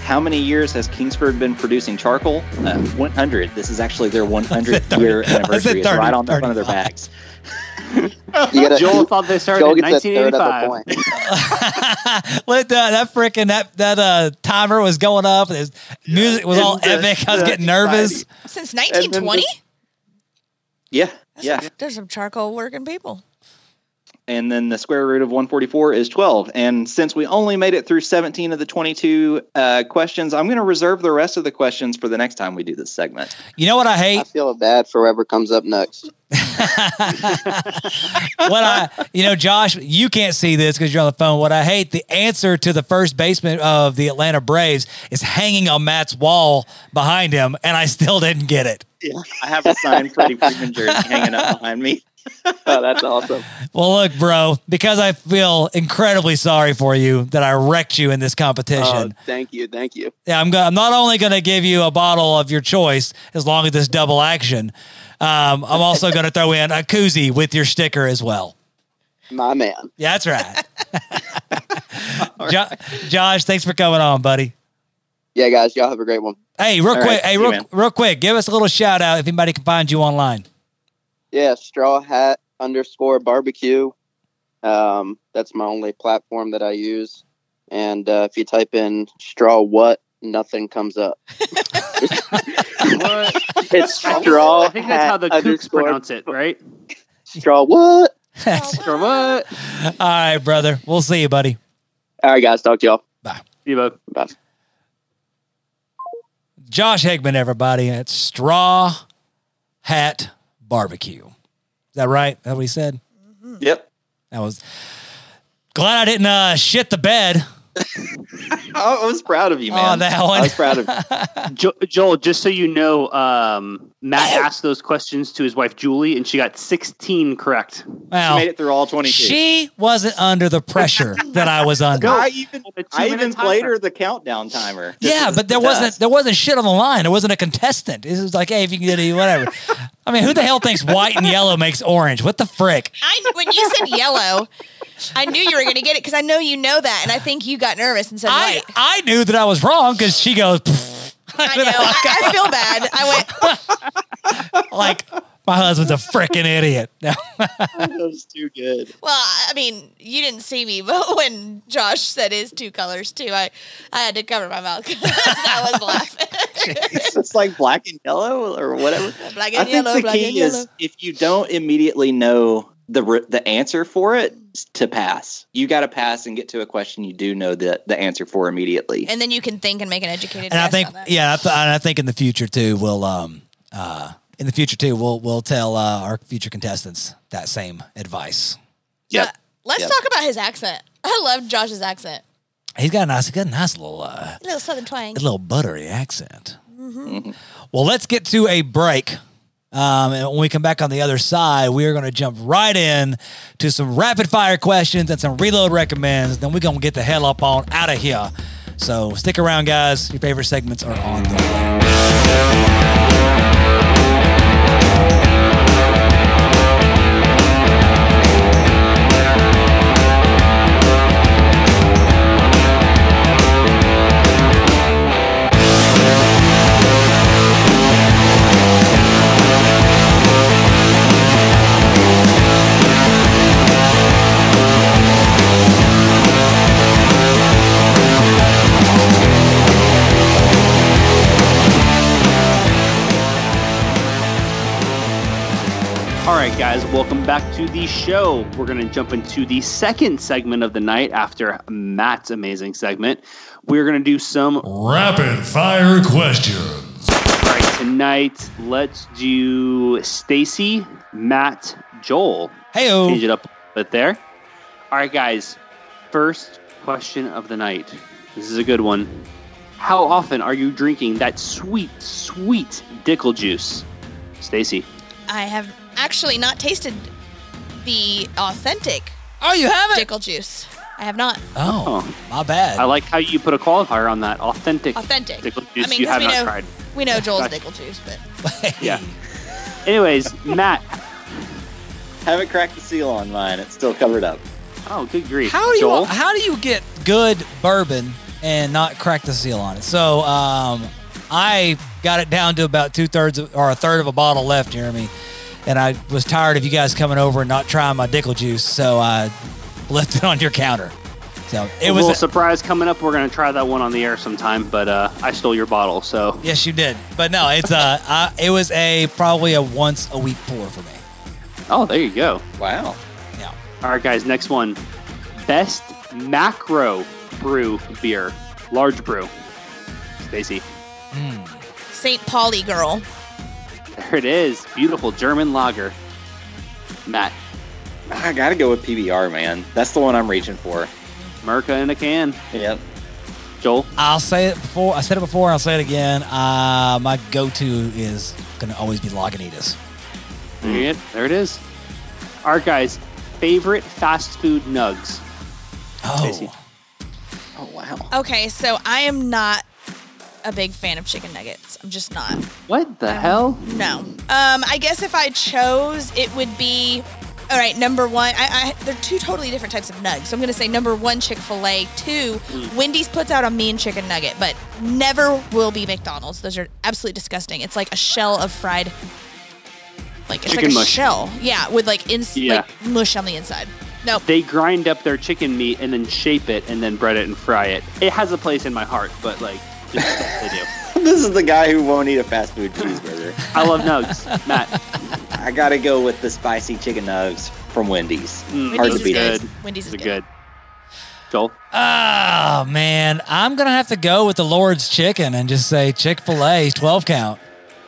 How many years has Kingsford been producing charcoal? Uh, 100. This is actually their 100th year
I said
anniversary. It's
30,
right on the front of their
35.
bags.
You gotta
Joel thought they started
Joel
in
gets that third other
1985.
point.
Let that that freaking that that uh timer was going up. His music was
And
all
the-
epic. I was
the
getting nervous.
Since 1920?
Yeah,
That's
yeah.
some- there's some charcoal working people.
and then the square root of 144 is 12. And since we only made it through 17 of the 22 uh, questions, I'm going to reserve the rest of the questions for the next time we do this segment.
You know what I
I
hate?
feel bad for whoever comes up next.
what I, you know, Josh, you can't see this because you're on the phone. What I hate, the answer to the first baseman of the Atlanta Braves is hanging on Matt's wall behind him, and I still didn't get it.
I have a signed Freddie Freeman jersey hanging up behind me.
Oh, that's awesome.
Well, look, bro, because I feel incredibly sorry for you that I wrecked you in this
Oh,
competition.
thank you, thank you.
yeah, I'm, go- I'm not only going to give you a bottle of your choice as long as it's double action, um, I'm also going to throw in a koozie with your sticker as well.
My man.
Yeah, that's right. Jo- Josh, thanks for coming on, buddy.
Yeah, guys, y'all have a great one.
Hey, real
All right,
quick, hey,
see you,
real,
man.
real quick, give us a little shout out if anybody can find you online.
Yeah, straw hat underscore barbecue. Um, that's my only platform that I use. And uh, if you type in straw what, nothing comes up.
What?
It's straw.
I think that's how the kooks
hat underscore-
pronounce it, right?
Straw what?
All
Or what?
right, brother. We'll see you, buddy.
All right, guys, talk to y'all.
You know,
Bye.
Josh Hegman, everybody, at Straw Hat Barbecue. Is that right? That what he said?
Yep.
That was glad I didn't uh, shit the bed
I was proud of you, man.
on Oh, that one.
I was proud of you.
Jo- Joel, just so you know, um, Matt asked those questions to his wife Julie, and she got 16 correct.
She made
Wow.
it through all 22.
She wasn't under the pressure that I was under.
I even,
A two-minute
I even
timer.
played her the countdown timer. This
Yeah,
is
but there
the
wasn't
best.
there wasn't shit on the line. There wasn't a contestant. It was like, hey, if you can get it, whatever. I mean, who the hell thinks white and yellow makes orange? What the frick?
I when you said yellow, I knew you were going to get it because I know you know that, and I think you got nervous and said
I
white.
I knew that I was wrong because she goes. "Pfft."
I know. I, I feel bad. I went.
like my husband's a freaking idiot. No.
That was too good.
Well, I mean, you didn't see me, but when Josh said his two colors too, I, I had to cover my mouth 'cause I was laughing.
it's like black and yellow or whatever.
black
I
and
think
yellow,
the
black and
key
yellow.
is if you don't immediately know the r- the answer for it s- to pass, you got to pass and get to a question you do know the the answer for immediately.
And then you can think and make an educated.
and I
guess
think
on that.
yeah, I th- and I think in the future too, we'll um uh in the future too, we'll we'll tell uh, our future contestants that same advice.
Yep.
Let's
Yep.
talk about his accent. I love Josh's accent.
He's got a nice, he's got a nice little uh,
A little southern twang.
a little buttery accent. Mm-hmm. Well, let's get to a break. Um, and when we come back on the other side, we are going to jump right in to some rapid fire questions and some reload recommends. Then we're going to get the hell up on out of here. So stick around, guys. Your favorite segments are on the way.
All right, guys, welcome back to the show. We're going to jump into the second segment of the night after Matt's amazing segment. We're going to do some
Rapid fire questions.
All right, tonight let's do Stacy, Matt, Joel. Change
Hey,
it up a bit there. All right, guys. First question of the night. This is a good one. How often are you drinking that sweet, sweet dickle juice, Stacy?
I have actually not tasted the authentic
oh, you have it.
dickle juice. I have not
Oh,
Oh,
my bad.
I like how you put a qualifier on that. Authentic,
authentic.
dickle juice
I mean,
you
'cause
have
we
not
know
tried.
we know Joel's
Gotcha.
dickle juice, but
Yeah. Anyways, Matt.
Haven't cracked the seal on mine; it's still covered up.
Oh, good grief.
How do you
Joel?
how do you get good bourbon and not crack the seal on it? So um, I got it down to about two thirds or a third of a bottle left, Jeremy, and I was tired of you guys coming over and not trying my dickle juice, so I left it on your counter. So it
a little
was.
surprise coming up. We're gonna try that one on the air sometime, but uh, I stole your bottle, so
Yes, you did, but no, it's uh, I, it was a probably a once a week pour for me.
oh, there you go.
Wow.
Yeah.
All right, guys, next one. Best macro brew beer, large brew. Stacy,
Mm.
St. Pauli girl.
there it is. Beautiful German lager. Matt,
I gotta go with PBR, man. That's the one I'm reaching for.
Merca in a can.
Yep.
Joel,
I'll say it before. I said it before. and I'll say it again. Uh, my go to is gonna always be Lagunitas. Mm.
there it- there it is. our guys' favorite fast food nugs.
Oh,
Oh wow.
Okay, so I am not a big fan of chicken nuggets. I'm just not.
What the hell?
No. Um, I guess if I chose, it would be. All right, number one. I, I they're two totally different types of nugs. So I'm gonna say number one Chick Fil A, two
Mm.
Wendy's puts out a mean chicken nugget, but never will be McDonald's. Those are absolutely disgusting. It's like a shell of fried, like it's
Chicken
like a
mush.
shell, yeah, with like in
Yeah.
like mush on the inside. Nope.
They grind up their chicken meat and then shape it and then bread it and fry it. It has a place in my heart, but like just, they do.
this is the guy who won't eat a fast food cheeseburger.
I love nugs, Matt.
I gotta go with the spicy chicken nugs from Wendy's.
Mm,
Hard to
Wendy's
beat
is
it.
good. Wendy's
Those
is
are
good.
good. Joel,
oh man, I'm gonna have to go with the Lord's chicken and just say Chick Fil A 12 count.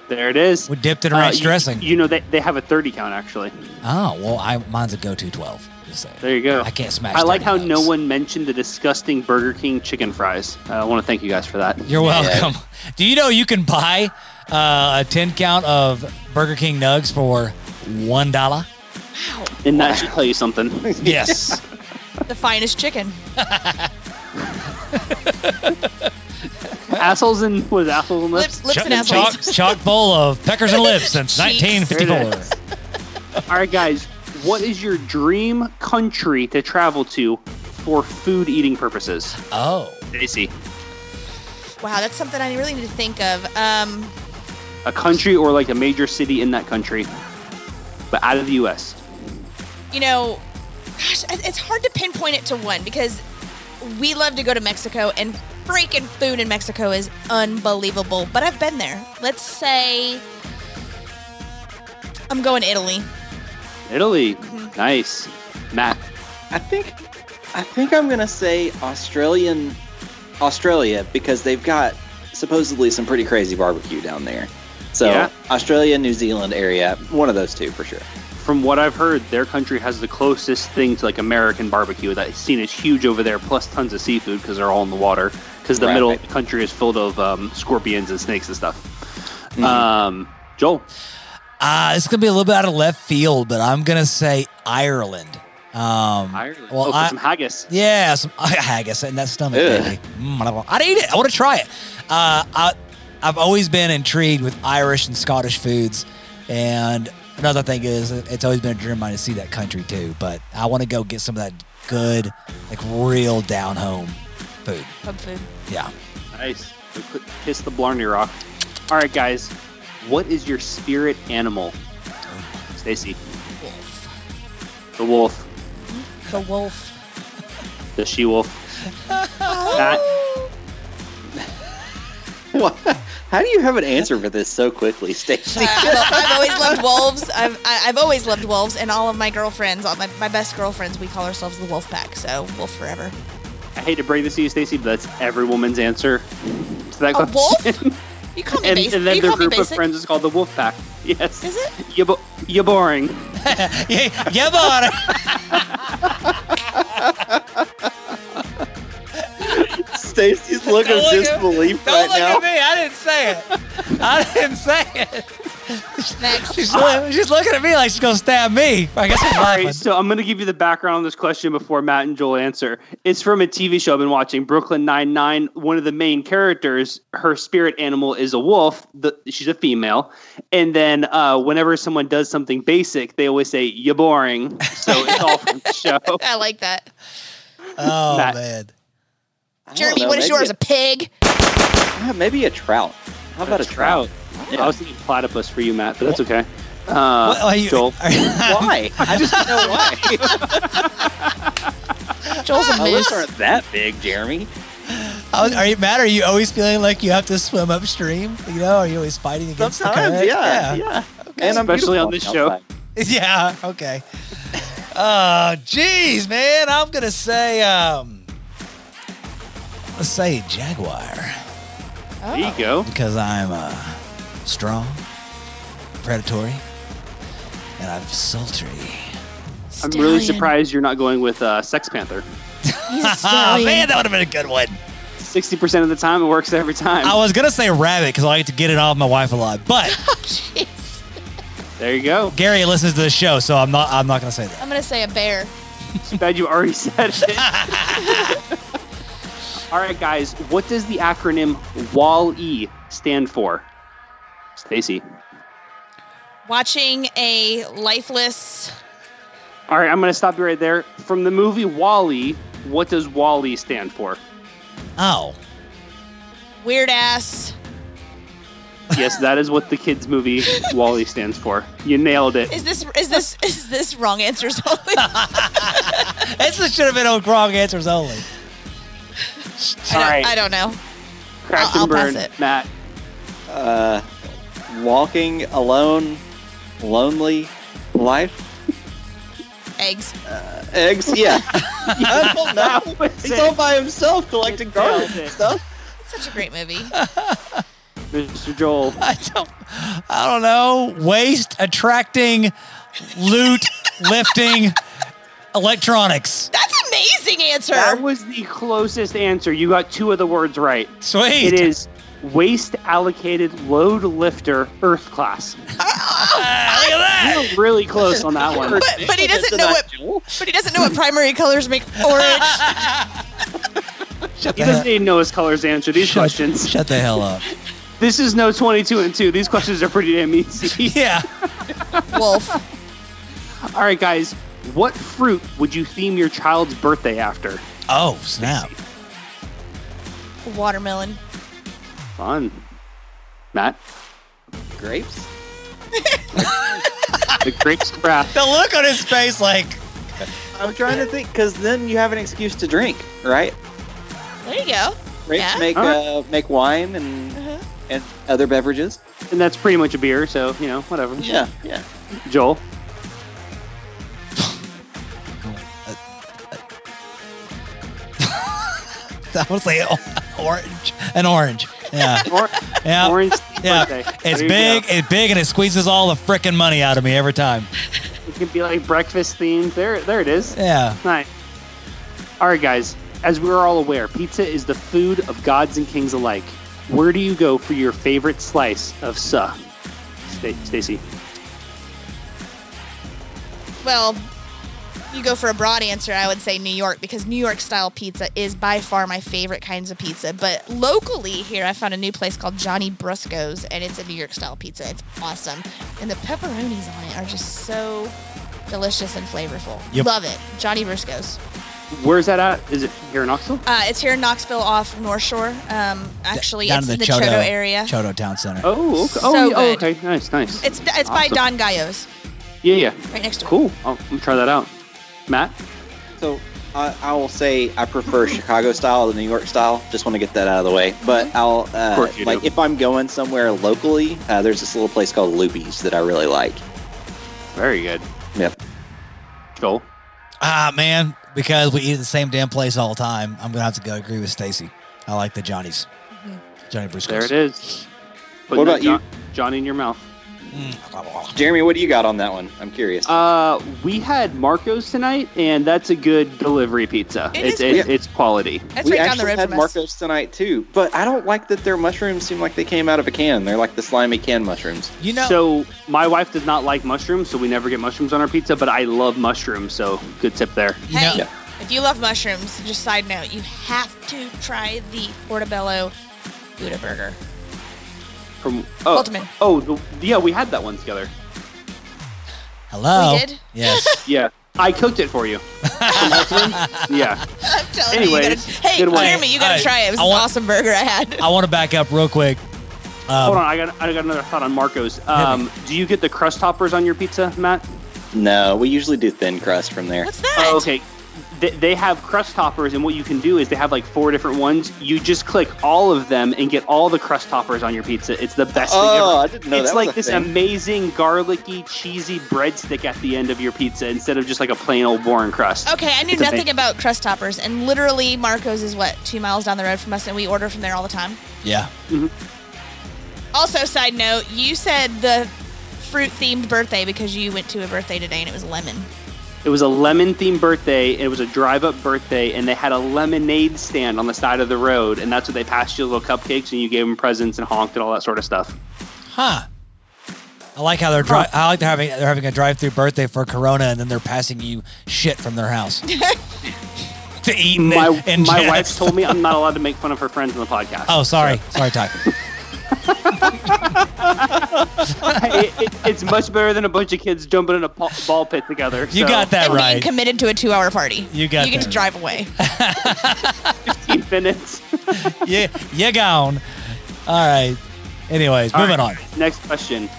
there it is.
We dipped it in
Uh,
ranch
you-
dressing.
You know they, they have a thirty count actually.
oh well, I mine's a go-to 12. Just saying.
There you go.
I can't smash.
I like
30
how no
nugs.
one mentioned the disgusting Burger King chicken fries. Uh, I want to thank you guys for that.
You're welcome. Do you know you can buy uh, a 10 count of Burger King nugs for one dollar?
And that should tell you something.
Yes.
The finest chicken.
assholes and was assholes and lips.
Lips, lips and
Chock-
assholes.
Chock, chock bowl of peckers and lips since
Cheeks.
1954.
All right, guys. What is your dream country to travel to for food eating purposes?
Oh,
Stacy,
Wow, that's something I really need to think of. Um,
a country or like a major city in that country, but out of the U.S.
you know, gosh, it- it's hard to pinpoint it to one because we love to go to Mexico and freaking food in Mexico is unbelievable. But I've been there. Let's say I'm going to Italy.
Italy, nice. Matt,
I think I think I'm gonna say Australian Australia because they've got supposedly some pretty crazy barbecue down there. So
Yeah.
Australia, New Zealand area, one of those two for sure.
from what I've heard, their country has the closest thing to like American barbecue. That scene is huge over there, plus tons of seafood because they're all in the water. Because the
Right.
middle of the country is filled of um, scorpions and snakes and stuff. Um, Joel,
uh, it's gonna be a little bit out of left field, but I'm gonna say Ireland. Um,
Ireland.
Well,
oh, for
I-
some haggis.
Yeah, some haggis in that stomach.
Ugh.
Baby. Mm, I don't- I'd eat it. I want to try it. Uh, I, I've always been intrigued with Irish and Scottish foods, and another thing is it's always been a dream of mine to see that country too. But I want to go get some of that good, like real down home food.
Pub food.
Yeah.
Nice. So c- Kiss the Blarney Rock. All right, guys. What is your spirit animal? Stacy,
Wolf.
the wolf,
The wolf.
the she wolf. Matt,
How do you have an answer for this so quickly, Stacey?
I've, I've always loved wolves. I've I, I've always loved wolves, and all of my girlfriends, all my, my best girlfriends, we call ourselves the wolf pack. So wolf forever.
I hate to break this to you, Stacy, but that's every woman's answer to that
A
question.
wolf? You call me
And,
basic?
and then
you
their
call me
group of
basic?
friends is called the Wolf Pack. Yes.
Is it?
You're, bo- you're boring.
yeah, yeah, but
Stacy's look of
Don't look at-
disbelief
don't
right
look
now.
at me. I didn't say it. I didn't say it.
Next.
She's, look- she's looking at me like she's gonna stab me. I guess I'm
All
laughing.
right, so I'm going to give you the background on this question before Matt and Joel answer. It's from a TV show I've been watching, Brooklyn Nine Nine. One of the main characters, her spirit animal is a wolf. The, she's a female, and then uh, whenever someone does something basic, they always say "you're boring." So it's all from the show.
I like that.
oh
Matt.
man.
I don't
Jeremy,
know,
what is
maybe
yours?
a-
A pig?
yeah, maybe a trout. How about a trout?
I was thinking platypus for you, Matt, but that's okay. Uh,
What- are you-
Joel,
are you-
Why? I just don't know why.
Joel's a
My lips
moose.
aren't that big, Jeremy.
How- Are you Matt? Are you always feeling like you have to swim upstream? You know, are you always fighting against the
Sometimes,
current?
yeah, yeah. And I'm
Especially on
beautiful
this
outside.
yeah. Yeah, Okay. Oh, jeez, man. I'm gonna say, um, let's say jaguar
there you go.
because I'm uh, strong, predatory, and I'm sultry.
I'm really surprised you're not going with uh, Sex Panther.
Ah, man, that would have been a good one.
Sixty percent of the time, it works every time.
I was gonna say rabbit because I like to get it off my wife a lot, but
Jeez.
There you go.
Gary listens to the show, so I'm not. I'm not going to say that.
I'm gonna say a bear.
Too bad you already said it. All right, guys. What does the acronym WALL-E stand for? Stacy.
Watching a lifeless.
All right, I'm going to stop you right there. From the movie Wall-E, what does Wall-E stand for?
Oh,
Weird ass.
Yes, that is what the kids' movie Wall-E stands for. You nailed it.
Is this is this is this wrong answers only?
this should have been on wrong answers only.
I, don't,
All right.
I don't know.
Crash
I'll-
and
I'll pass
burn,
it.
Matt.
Uh, walking alone, lonely life.
Eggs.
Eggs. Yeah. I don't know.
was
He's
it.
all by himself collecting
It nailed
garbage
it.
and stuff.
It's such a great movie.
Mr. Joel.
I don't. I don't know. Waste attracting, loot lifting, electronics.
That's amazing answer.
That was the closest answer. You got two of the words right.
Sweet.
It is waste allocated load lifter earth class.
Ah, look at that.
You were really close on that one.
but, but he doesn't know what. But he doesn't know what primary colors make orange.
Shut
He
the,
doesn't
hell,
even know his colors to answer these
Shut-
questions.
shut the hell up.
This is no 22 and 2. These questions are pretty damn easy.
Yeah.
Wolf.
All right, guys. What fruit would you theme your child's birthday after?
Oh snap.
Watermelon.
Fun. Matt?
Grapes.
The grapes of wrath.
The look on his face, like
I'm trying to think because then you have an excuse to drink, right?
There you go.
Grapes
Yeah.
make
Alright.
uh, make wine and
Mhm.
and other beverages.
And that's pretty much a beer, so, you know, whatever.
Yeah, yeah.
Joel?
I was like orange, an orange. Yeah.
Or-
Yeah.
Orange
Yeah.
birthday.
It's
There you
big,
go.
it's big, and it squeezes all the freaking money out of me every time.
It could be like breakfast themed. There, there it is.
Yeah.
Nice. All right, guys. As we're all aware, pizza is the food of gods and kings alike. Where do you go for your favorite slice of suh? Sta- Stacy.
Well, you go for a broad answer, I would say New York because New York style pizza is by far my favorite kinds of pizza. But locally here, I found a new place called Johnny Brusco's, and it's a New York style pizza. It's awesome, and the pepperonis on it are just so delicious and flavorful.
Yep.
Love it, Johnny Brusco's.
Where's that at? Is it here in Knoxville?
Uh, it's here in Knoxville off North Shore. Um, actually,
Down
it's
in
the, Chodo, area.
Chodo Town Center.
Oh, okay. Oh,
So
yeah. oh,
good.
okay. Nice, nice.
It's it's by
Awesome.
Don Gallo's,
yeah, yeah.
right next to it.
Cool. I'll, I'm gonna try that out. Matt.
So I, I will say I prefer Chicago style to New York style. Just want to get that out of the way. But I'll uh,
Mm-hmm. course you
like
do.
if I'm going somewhere locally, uh, there's this little place called Loopies that I really like.
Very good.
Yep.
Joel.
Ah man, because we eat at the same damn place all the time, I'm gonna have to go agree with Stacy. I like the Johnnies. Johnny Bruce.
There it is. Put
What about
John, Johnny in your mouth.
Mm.
Jeremy, what do you got on that one? I'm curious.
Uh, we had Marco's tonight, and that's a good delivery pizza.
It
it's
is
it's, it's quality.
That's
we
right down the
actually
road
had
from us.
Marcos tonight too, but I don't like that their mushrooms seem like they came out of a can. They're like the slimy can mushrooms.
You know,
So my wife does not like mushrooms, so we never get mushrooms on our pizza. But I love mushrooms, so good tip there.
you
hey,
know-
Yeah.
if you love mushrooms, just side note, you have to try the Portobello Buddha Burger.
From oh
Ultimate.
oh the, yeah, we had that one together.
hello.
We did?
Yes.
Yeah, I cooked it for you. yeah,
I'm telling you, you, gotta,
Anyways,
hey,
good one.
Jeremy, you gotta
Hey,
try it. It was
I
an
want-
awesome burger I had.
I want to back up real quick. Um,
hold on, I got I got another thought on Marco's. Um, do you get the crust toppers on your pizza, Matt?
No, we usually do thin crust from there.
What's that?
Oh, okay. They, they have crust toppers, and what you can do is they have like four different ones. You just click all of them and get all the crust toppers on your pizza. It's the best thing ever.
Oh, I didn't know
it's
that
like
was a
this
thing.
amazing garlicky, cheesy breadstick at the end of your pizza instead of just like a plain old boring crust.
Okay, I knew
It's
nothing
amazing.
about crust toppers, and literally Marco's is what two miles down the road from us, and we order from there all the time.
Yeah.
Also, side note, you said the fruit themed birthday because you went to a birthday today and it was lemon.
It was a lemon themed birthday. It was a drive up birthday, and they had a lemonade stand on the side of the road, and that's what they passed you little cupcakes, and you gave them presents and honked and all that sort of stuff.
Huh. I like how they're dri- I like they're having they're having a drive through birthday for Corona, and then they're passing you shit from their house to eat. And,
My
and
my
Janice-
wife told me I'm not allowed to make fun of her friends on the podcast.
Oh, sorry, sorry, Ty.
it, it, it's much better than a bunch of kids jumping in a pa- ball pit together.
You
so
got that
and being
right.
committed to a two-hour party.
You got
You get
that
to drive away.
15 minutes.
yeah, you gone. All right. Anyways,
All
moving
right.
on.
Next question.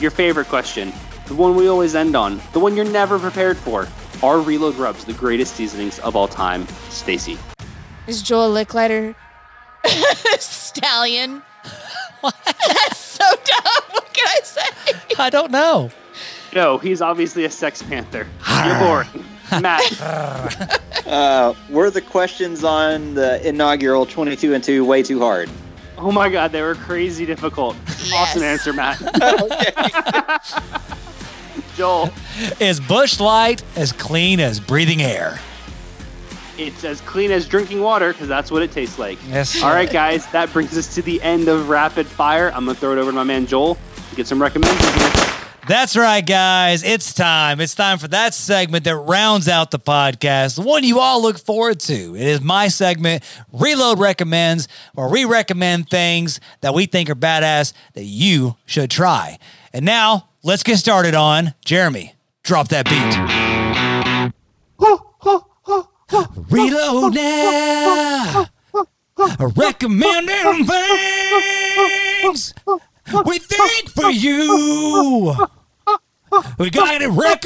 Your favorite question. The one we always end on. The one you're never prepared for. Are reload rubs the greatest seasonings of all time? Stacy.
Is Joel Licklider stallion? That's so dumb. What can I say?
I don't know.
No, he's obviously a sex panther.
Ah.
You're boring. Matt.
Uh, were the questions on the inaugural 22 and 2 way too hard?
Oh my god, they were crazy difficult. Awesome answer, Matt. Joel,
Is Bush Light as clean as breathing air?
it's as clean as drinking water because that's what it tastes like.
Yes.
All right, guys, that brings us to the end of rapid fire. I'm gonna throw it over to my man Joel to get some recommendations. Here.
That's right, guys. It's time. It's time for that segment that rounds out the podcast, the one you all look forward to. It is my segment, Reload Recommends, where we recommend things that we think are badass that you should try. And now, let's get started on Jeremy. Drop that beat. Reload now. Recommending things we think for you. We got it recommends.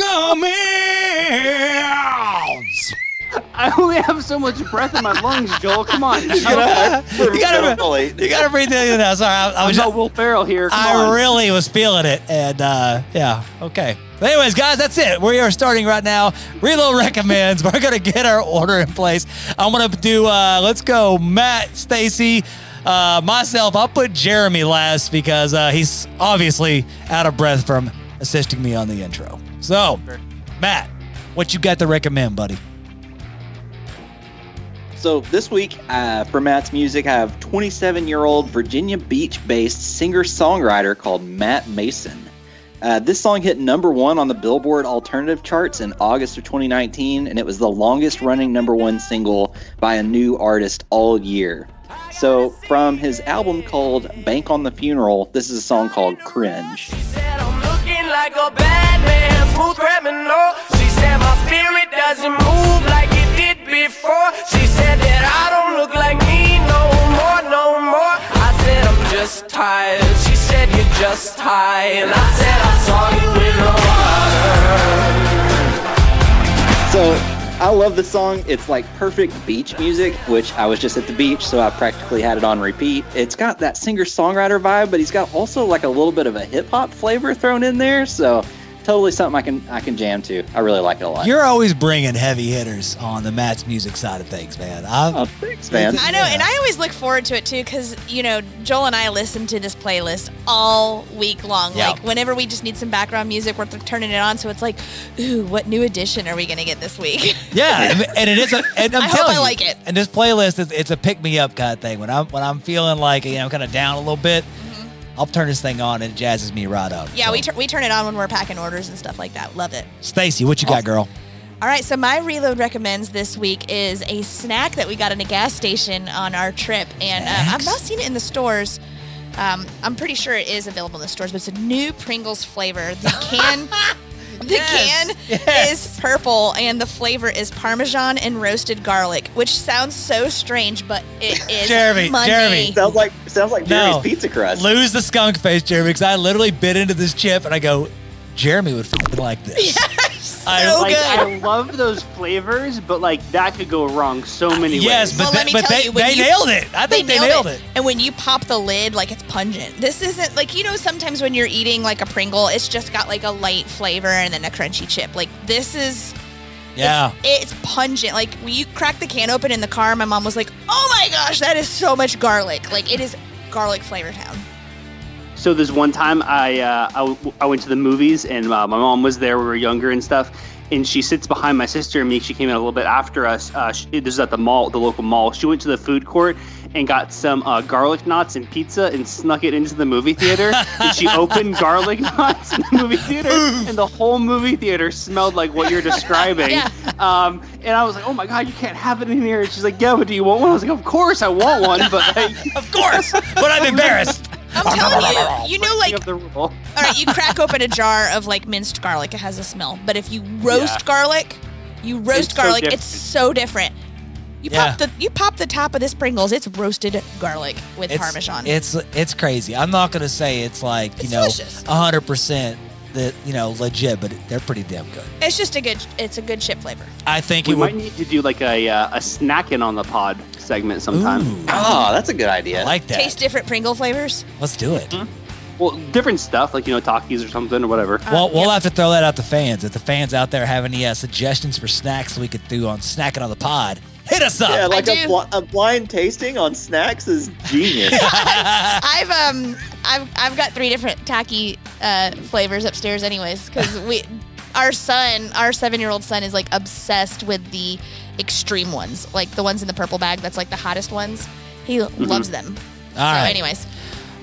I only have so much breath in my lungs, Joel. Come on, I'm
You gotta, you gotta breathe in now. Sorry, I, I was
not Will Ferrell here. Come
I
on.
really was feeling it, and uh, yeah, okay. But anyways, guys, that's it. We are starting right now. Reload recommends. We're gonna get our order in place. I'm gonna do. Uh, let's go, Matt, Stacy, uh, myself. I'll put Jeremy last because uh, he's obviously out of breath from assisting me on the intro. So, Matt, what you got to recommend, buddy?
So this week uh, for Matt's music, I have 27-year-old Virginia Beach-based singer-songwriter called Matt Mason. Uh, this song hit number one on the Billboard Alternative charts in August of 2019, and it was the longest-running number one single by a new artist all year. So from his album called Bank on the Funeral, this is a song called Cringe.
said I'm looking like a bad man, smooth criminal. She said my spirit doesn't move like it did before. She said that I don't look like me no more, no more. I said I'm just tired. She said you're just tired. I said I saw you in the water.
So I love this song. It's like perfect beach music, which I was just at the beach, so I practically had it on repeat. It's got that singer songwriter vibe, but he's got also like a little bit of a hip hop flavor thrown in there. So totally something I can I can jam to. I really like it a lot.
You're always bringing heavy hitters on the Matt's music side of things, man. I've,
oh, thanks, man.
I know, and I always look forward to it too because you know Joel and I listen to this playlist all week long.
Yeah.
Like whenever we just need some background music, we're turning it on. So it's like, ooh, what new edition are we gonna get this week?
Yeah, and- and it is. A, and I'm
I hope
telling
I
you,
like it.
And this playlist is it's a pick me up kind of thing. When I'm when I'm feeling like you know kind of down a little bit, I'll turn this thing on and it jazzes me right up.
Mm-hmm. yeah, we tur- we turn it on when we're packing orders and stuff like that. Love it.
Stacy, what you got, girl?
All right, so my reload recommends this week is a snack that we got in a gas station on our trip, and uh, I've
Snacks?
not seen it in the stores. Um, I'm pretty sure it is available in the stores, but it's a new Pringles flavor. The can, the can
Yes.
is purple, and the flavor is Parmesan and roasted garlic, which sounds so strange, but it is
Jeremy,
money.
Jeremy.
sounds like sounds like Jerry's
No.
pizza crust.
Lose the skunk face, Jeremy, because I literally bit into this chip and I go, Jeremy would f- like this. I
so
like,
good.
I love those flavors, but like that could go wrong so many
yes,
ways.
but
Well,
they-
let me
but
tell
they,
you, when
they
you-
nailed it. I think they nailed, it.
And when you pop the lid, like it's pungent. This isn't like you know sometimes when you're eating like a Pringle, it's just got like a light flavor and then a crunchy chip. Like this is
Yeah.
it's pungent. Like when you crack the can open in the car, my mom was like, "Oh my gosh, that is so much garlic! Like it is garlic flavor town."
So this one time, I uh, I, w- I went to the movies, and uh, my mom was there. We were younger and stuff. and she sits behind my sister and me. She came in a little bit after us. Uh, she, this is at the mall, the local mall. She went to the food court and got some uh, garlic knots and pizza and snuck it into the movie theater. and she opened garlic knots in the movie theater, and the whole movie theater smelled like what you're describing.
Yeah.
Um, and I was like, "Oh my god, you can't have it in here!" And she's like, "Yeah, but do you want one?" I was like, "Of course I want one, but like,
Of course, but I'm embarrassed.
I'm telling you, you know, like
of the rule."
All right, you crack open a jar of like minced garlic. It has a smell. But if you roast garlic, you
It's
roast
so
garlic.
different.
it's so different. You pop the you pop the top of this Pringles. It's roasted garlic with
It's,
parmesan.
It's it's crazy. I'm not gonna say it's like you
It's
know,
delicious.
100 percent that you know legit, but they're pretty damn good.
it's just a good. It's a good chip flavor.
I think
We
it would.
might need to do like a uh, a snacking on the pod segment sometime.
Ooh,
Oh, that's a good idea.
I like that.
Taste different Pringle flavors.
Let's do it.
Mm-hmm. Well, different stuff like you know Takis or something or whatever.
Well,
Um,
we'll
yeah.
have to throw that out to fans. If the fans out there have any uh, suggestions for snacks we could do on Snacking on the Pod, hit us
Yeah,
up.
like
do.
a, bl- a blind tasting on snacks is genius.
Uh.
I've um I've I've got three different tacky uh, flavors upstairs, anyways, because we our son, our seven-year-old son, is like obsessed with the extreme ones, like the ones in the purple bag. That's like the hottest ones. He
Mm-hmm.
loves them.
All
so,
right.
anyways,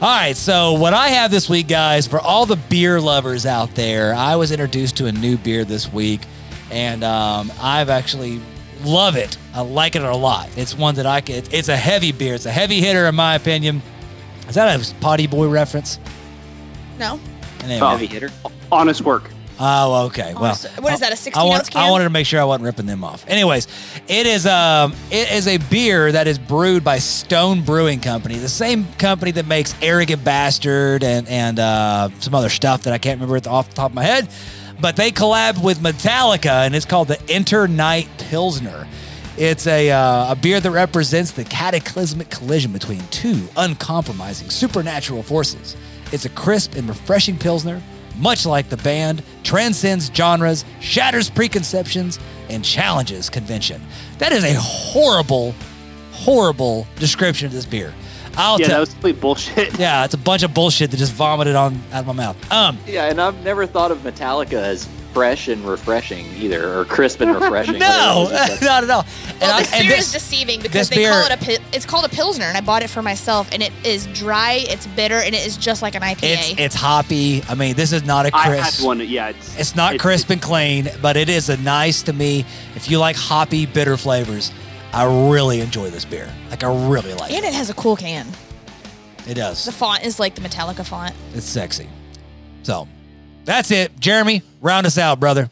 All right, so what I have this week, guys, for all the beer lovers out there, I was introduced to a new beer this week, and um, I've actually love it. I like it a lot. It's one that I can. It's a heavy beer. It's a heavy hitter, in my opinion. Is that a potty boy reference?
no.
Anyway.
Oh. Honest work.
Oh, okay. Well,
so- what is that, a
I-
16
I, want-
ounce can?
I wanted to make sure I wasn't ripping them off. Anyways, it is um, it is a beer that is brewed by Stone Brewing Company, the same company that makes Arrogant Bastard and and uh, some other stuff that I can't remember at the- off the top of my head. But they collabed with Metallica, and it's called the Enter Night Pilsner. It's a, uh, a beer that represents the cataclysmic collision between two uncompromising supernatural forces. It's a crisp and refreshing pilsner, much like the band, transcends genres, shatters preconceptions, and challenges convention. That is a horrible, horrible description of this beer. I'll
Yeah, that
tell.
was complete bullshit.
yeah, it's a bunch of bullshit that just vomited on out of my mouth. Um,
yeah, and I've never thought of Metallica as fresh and refreshing either, or crisp and refreshing.
no,
whatever it was.
not at all. And
Well,
I-
this
and
beer
this-
is deceiving
this
because they call
beer-
it a pi- it's called a pilsner, and I bought it for myself, and it is dry, it's bitter, and it is just like an IPA.
it's it's hoppy. I mean, this is not a
I
crisp.
had one. Yeah, it's,
It's not crisp and clean, but it is a nice to me. If you like hoppy, bitter flavors, I really enjoy this beer. Like I really like
and
it.
it has a cool can.
It
The
does.
font is like the Metallica font.
It's sexy. So that's it. Jeremy, round us out, brother.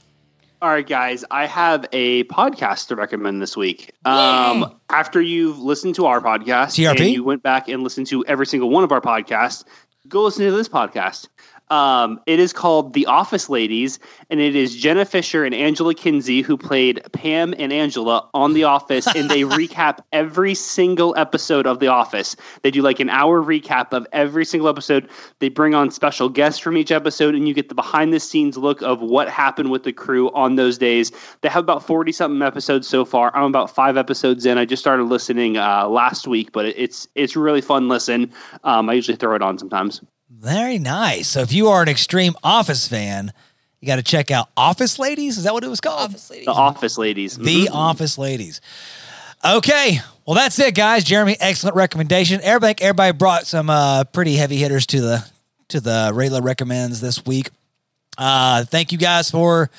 All right, guys, I have a podcast to recommend this week. Um, after you've listened to our podcast
TRP?
and you went back and listened to every single one of our podcasts, go listen to this podcast. Um, it is called The Office Ladies, and it is Jenna Fisher and Angela Kinsey who played Pam and Angela on The Office, and they recap every single episode of The Office. They do like an hour recap of every single episode. They bring on special guests from each episode, and you get the behind the scenes look of what happened with the crew on those days. They have about 40 something episodes so far. I'm about five episodes in. I just started listening uh, last week, but it's it's a really fun listen. Um, I usually throw it on sometimes.
Very nice. So if you are an extreme office fan, you got to check out Office Ladies. Is that what it was called? Office Ladies.
The Office Ladies.
The Office Ladies. Okay. Well, that's it, guys. Jeremy, excellent recommendation. Everybody, everybody brought some uh, pretty heavy hitters to the to the Rayla recommends this week. Uh, thank you guys for.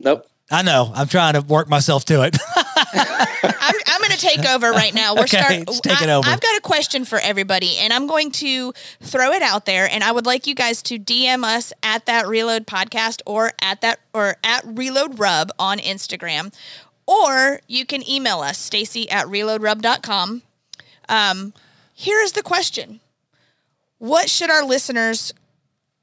Nope.
I know I'm trying to work myself to it.
I'm, I'm going to take over right now. We're
Okay,
starting.
let's take it over.
I've got a question for everybody, and I'm going to throw it out there. And I would like you guys to DM us at that Reload Podcast or at that or at Reload Rub on Instagram, or you can email us Stacy at ReloadRub.com. Um, here is the question: What should our listeners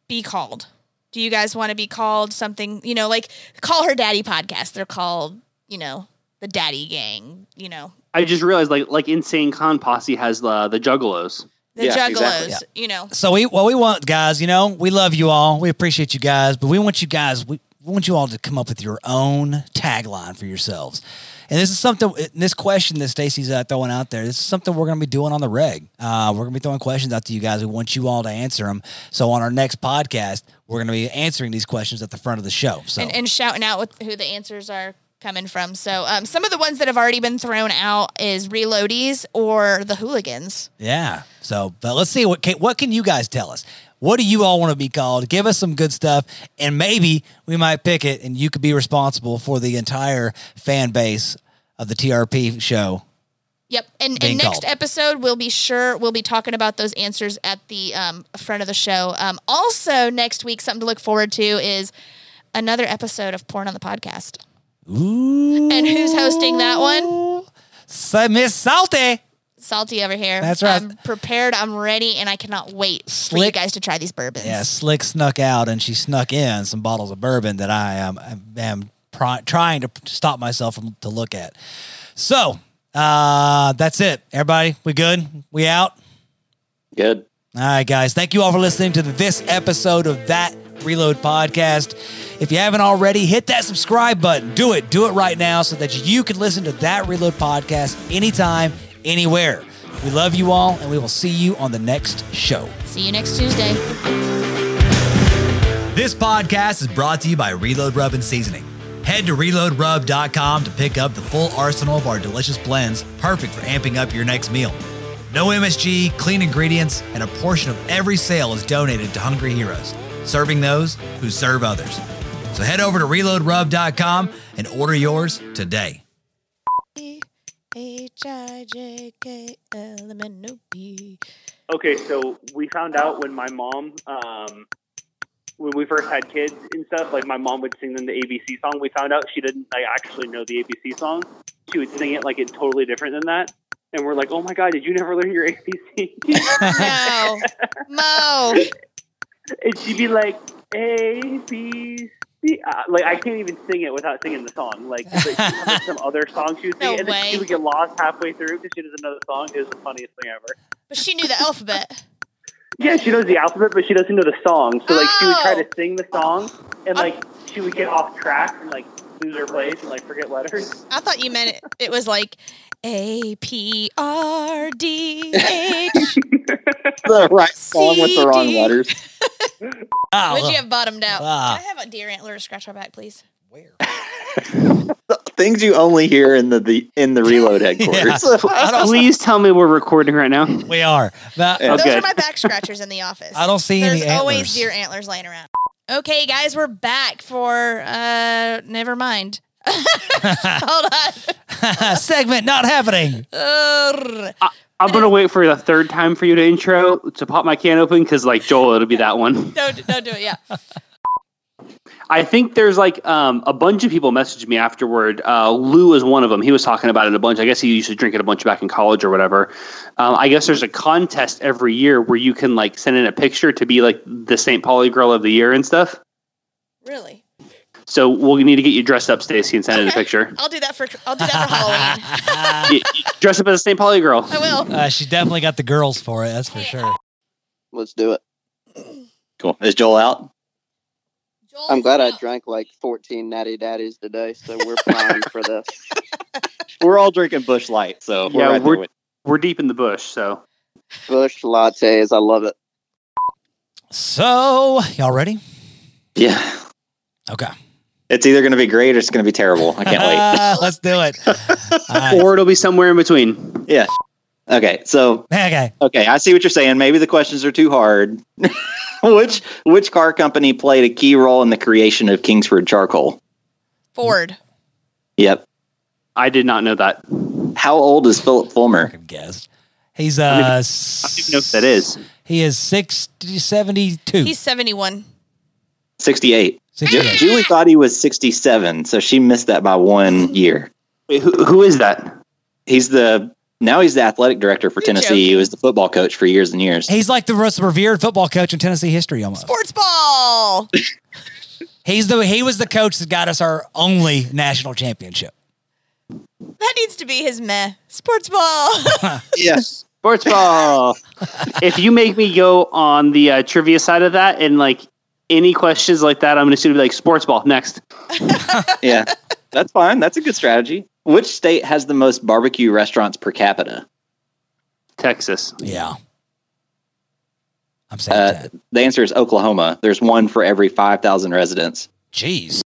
be called? Do you guys want to be called something? You know, like call her daddy podcast. They're called, you know, the daddy gang. You know,
I just realized like like Insane Con Posse has uh, the the Juggalos.
the
Yeah,
juggalos.
exactly.
You know,
so we what we want, guys. You know, we love you all. We appreciate you guys, but we want you guys. We, we want you all to come up with your own tagline for yourselves. And this is something, this question that Stacy's uh, throwing out there, this is something we're going to be doing on the reg. Uh, we're going to be throwing questions out to you guys. We want you all to answer them. So on our next podcast, we're going to be answering these questions at the front of the show. So
and, and shouting out with who the answers are coming from. So um, some of the ones that have already been thrown out is Reloadies or the Hooligans.
yeah. So, but let's see what can, what can you guys tell us? What do you all want to be called? Give us some good stuff, and maybe we might pick it, and you could be responsible for the entire fan base of the TRP show.
Yep. And,
Being
and next
called.
episode, we'll be sure we'll be talking about those answers at the um, front of the show. Um, also, next week, something to look forward to is another episode of Porn on the Podcast.
Ooh.
And who's hosting that one?
So Miss Salty.
Salty over here.
That's right.
I'm prepared. I'm ready, and I cannot wait for you
Slick.
guys to try these bourbons.
Yeah, Slick snuck out and she snuck in some bottles of bourbon that I am, am pr- trying to stop myself from to look at. So uh, that's it. Everybody, we good? We out?
Good.
All right, guys. Thank you all for listening to this episode of That Reload Podcast. If you haven't already, hit that subscribe button. Do it. Do it right now so that you can listen to That Reload Podcast anytime, anywhere. We love you all, and we will see you on the next show.
See you next Tuesday.
This podcast is brought to you by Reload Rub and Seasoning. Head to reloadrub.com to pick up the full arsenal of our delicious blends, perfect for amping up your next meal. No MSG, clean ingredients, and a portion of every sale is donated to Hungry Heroes, serving those who serve others. So head over to reloadrub.com and order yours today.
H I J K L M N O P.
Okay, so we found out when my mom, um, when we first had kids and stuff, like my mom would sing them the ABC song. We found out she didn't like actually know the ABC song. She would sing it like it totally different than that. And we're like, oh my god, did you never learn your ABC?
No. Mo.
and she'd be like, A B C. Uh, like I can't even sing it without singing the song. Like but she had, like, some other song she would sing,
No
and then she
way.
would get lost halfway through because she does another song. It was the funniest thing ever.
But she knew the alphabet.
Yeah, she knows the alphabet, but she doesn't know the song. So like she would try
Oh.
to sing the song, and like she would get off track and like lose her place and like forget letters.
I thought you meant it, it was like A P R D H.
the right column with the wrong
CD.
letters.
Would you have bottomed out?
Ah.
Can I have a deer antler to scratch my back, please?
Things you only hear in the, the in the reload headquarters.
Please tell me we're recording right now.
we are.
Yeah.
Those
Okay.
are my back scratchers in the office.
I don't see
There's
any
always
antlers.
deer antlers laying around. Okay, guys, we're back for uh never mind. Hold on.
Segment not happening.
Urgh.
I'm gonna wait for the third time for you to intro to pop my can open because like Joel, it'll be that one.
Don't don't do it. Yeah.
I think there's like um, a bunch of people messaged me afterward. Uh, Lou is one of them. He was talking about it a bunch. I guess he used to drink it a bunch back in college or whatever. Um, I guess there's a contest every year where you can like send in a picture to be like the St. Pauli girl of the year and stuff.
Really.
So we'll need to get you dressed up, Stacy, and send in a
Okay.
picture.
I'll do that for I'll do that for Halloween.
You- you dress up as a St. Pauli girl.
I will.
Uh, she definitely got the girls for it. That's for sure.
Let's do it.
cool. Is Joel out?
Joel,
I'm glad I
no.
drank like 14 natty daddies today, so we're fine for this.
We're all drinking Bush Light, so
Yeah,
we're right there
we're-
with-
We're deep in the bush, so
Bush lattes, I love it.
So, y'all ready?
yeah.
Okay.
It's either going to be great or it's going to be terrible. I can't wait.
Uh, Let's do it. Uh, All right.
or it'll be somewhere in between.
Yeah. Okay. So
Okay.
okay, I see what you're saying. Maybe the questions are too hard. which which car company played a key role in the creation of Kingsford charcoal?
Ford.
Yep.
I did not know that. I
How old is Philip Fulmer?
Fucking guessed. He's uh. I
don't even know if that is.
He is 60, 72.
He's 71.
Sixty-eight.
68.
Julie thought he was sixty-seven, so she missed that by one year.
Wait, who, who is that?
He's the now he's the athletic director for
You're
Tennessee.
joking.
He was the football coach for years and years.
He's like the most revered football coach in Tennessee history almost.
Sports ball.
He's the he was the coach that got us our only national championship.
That needs to be his meh. Sports ball.
yes.
Sports ball. if you make me go on the uh, trivia side of that and like any questions like that, I'm going to be like sports ball next.
Yeah. That's fine. That's a good strategy. Which state has the most barbecue restaurants per capita?
Texas.
Yeah. I'm saying
Uh,
that.
the answer is Oklahoma. There's one for every 5,000 residents.
Jeez.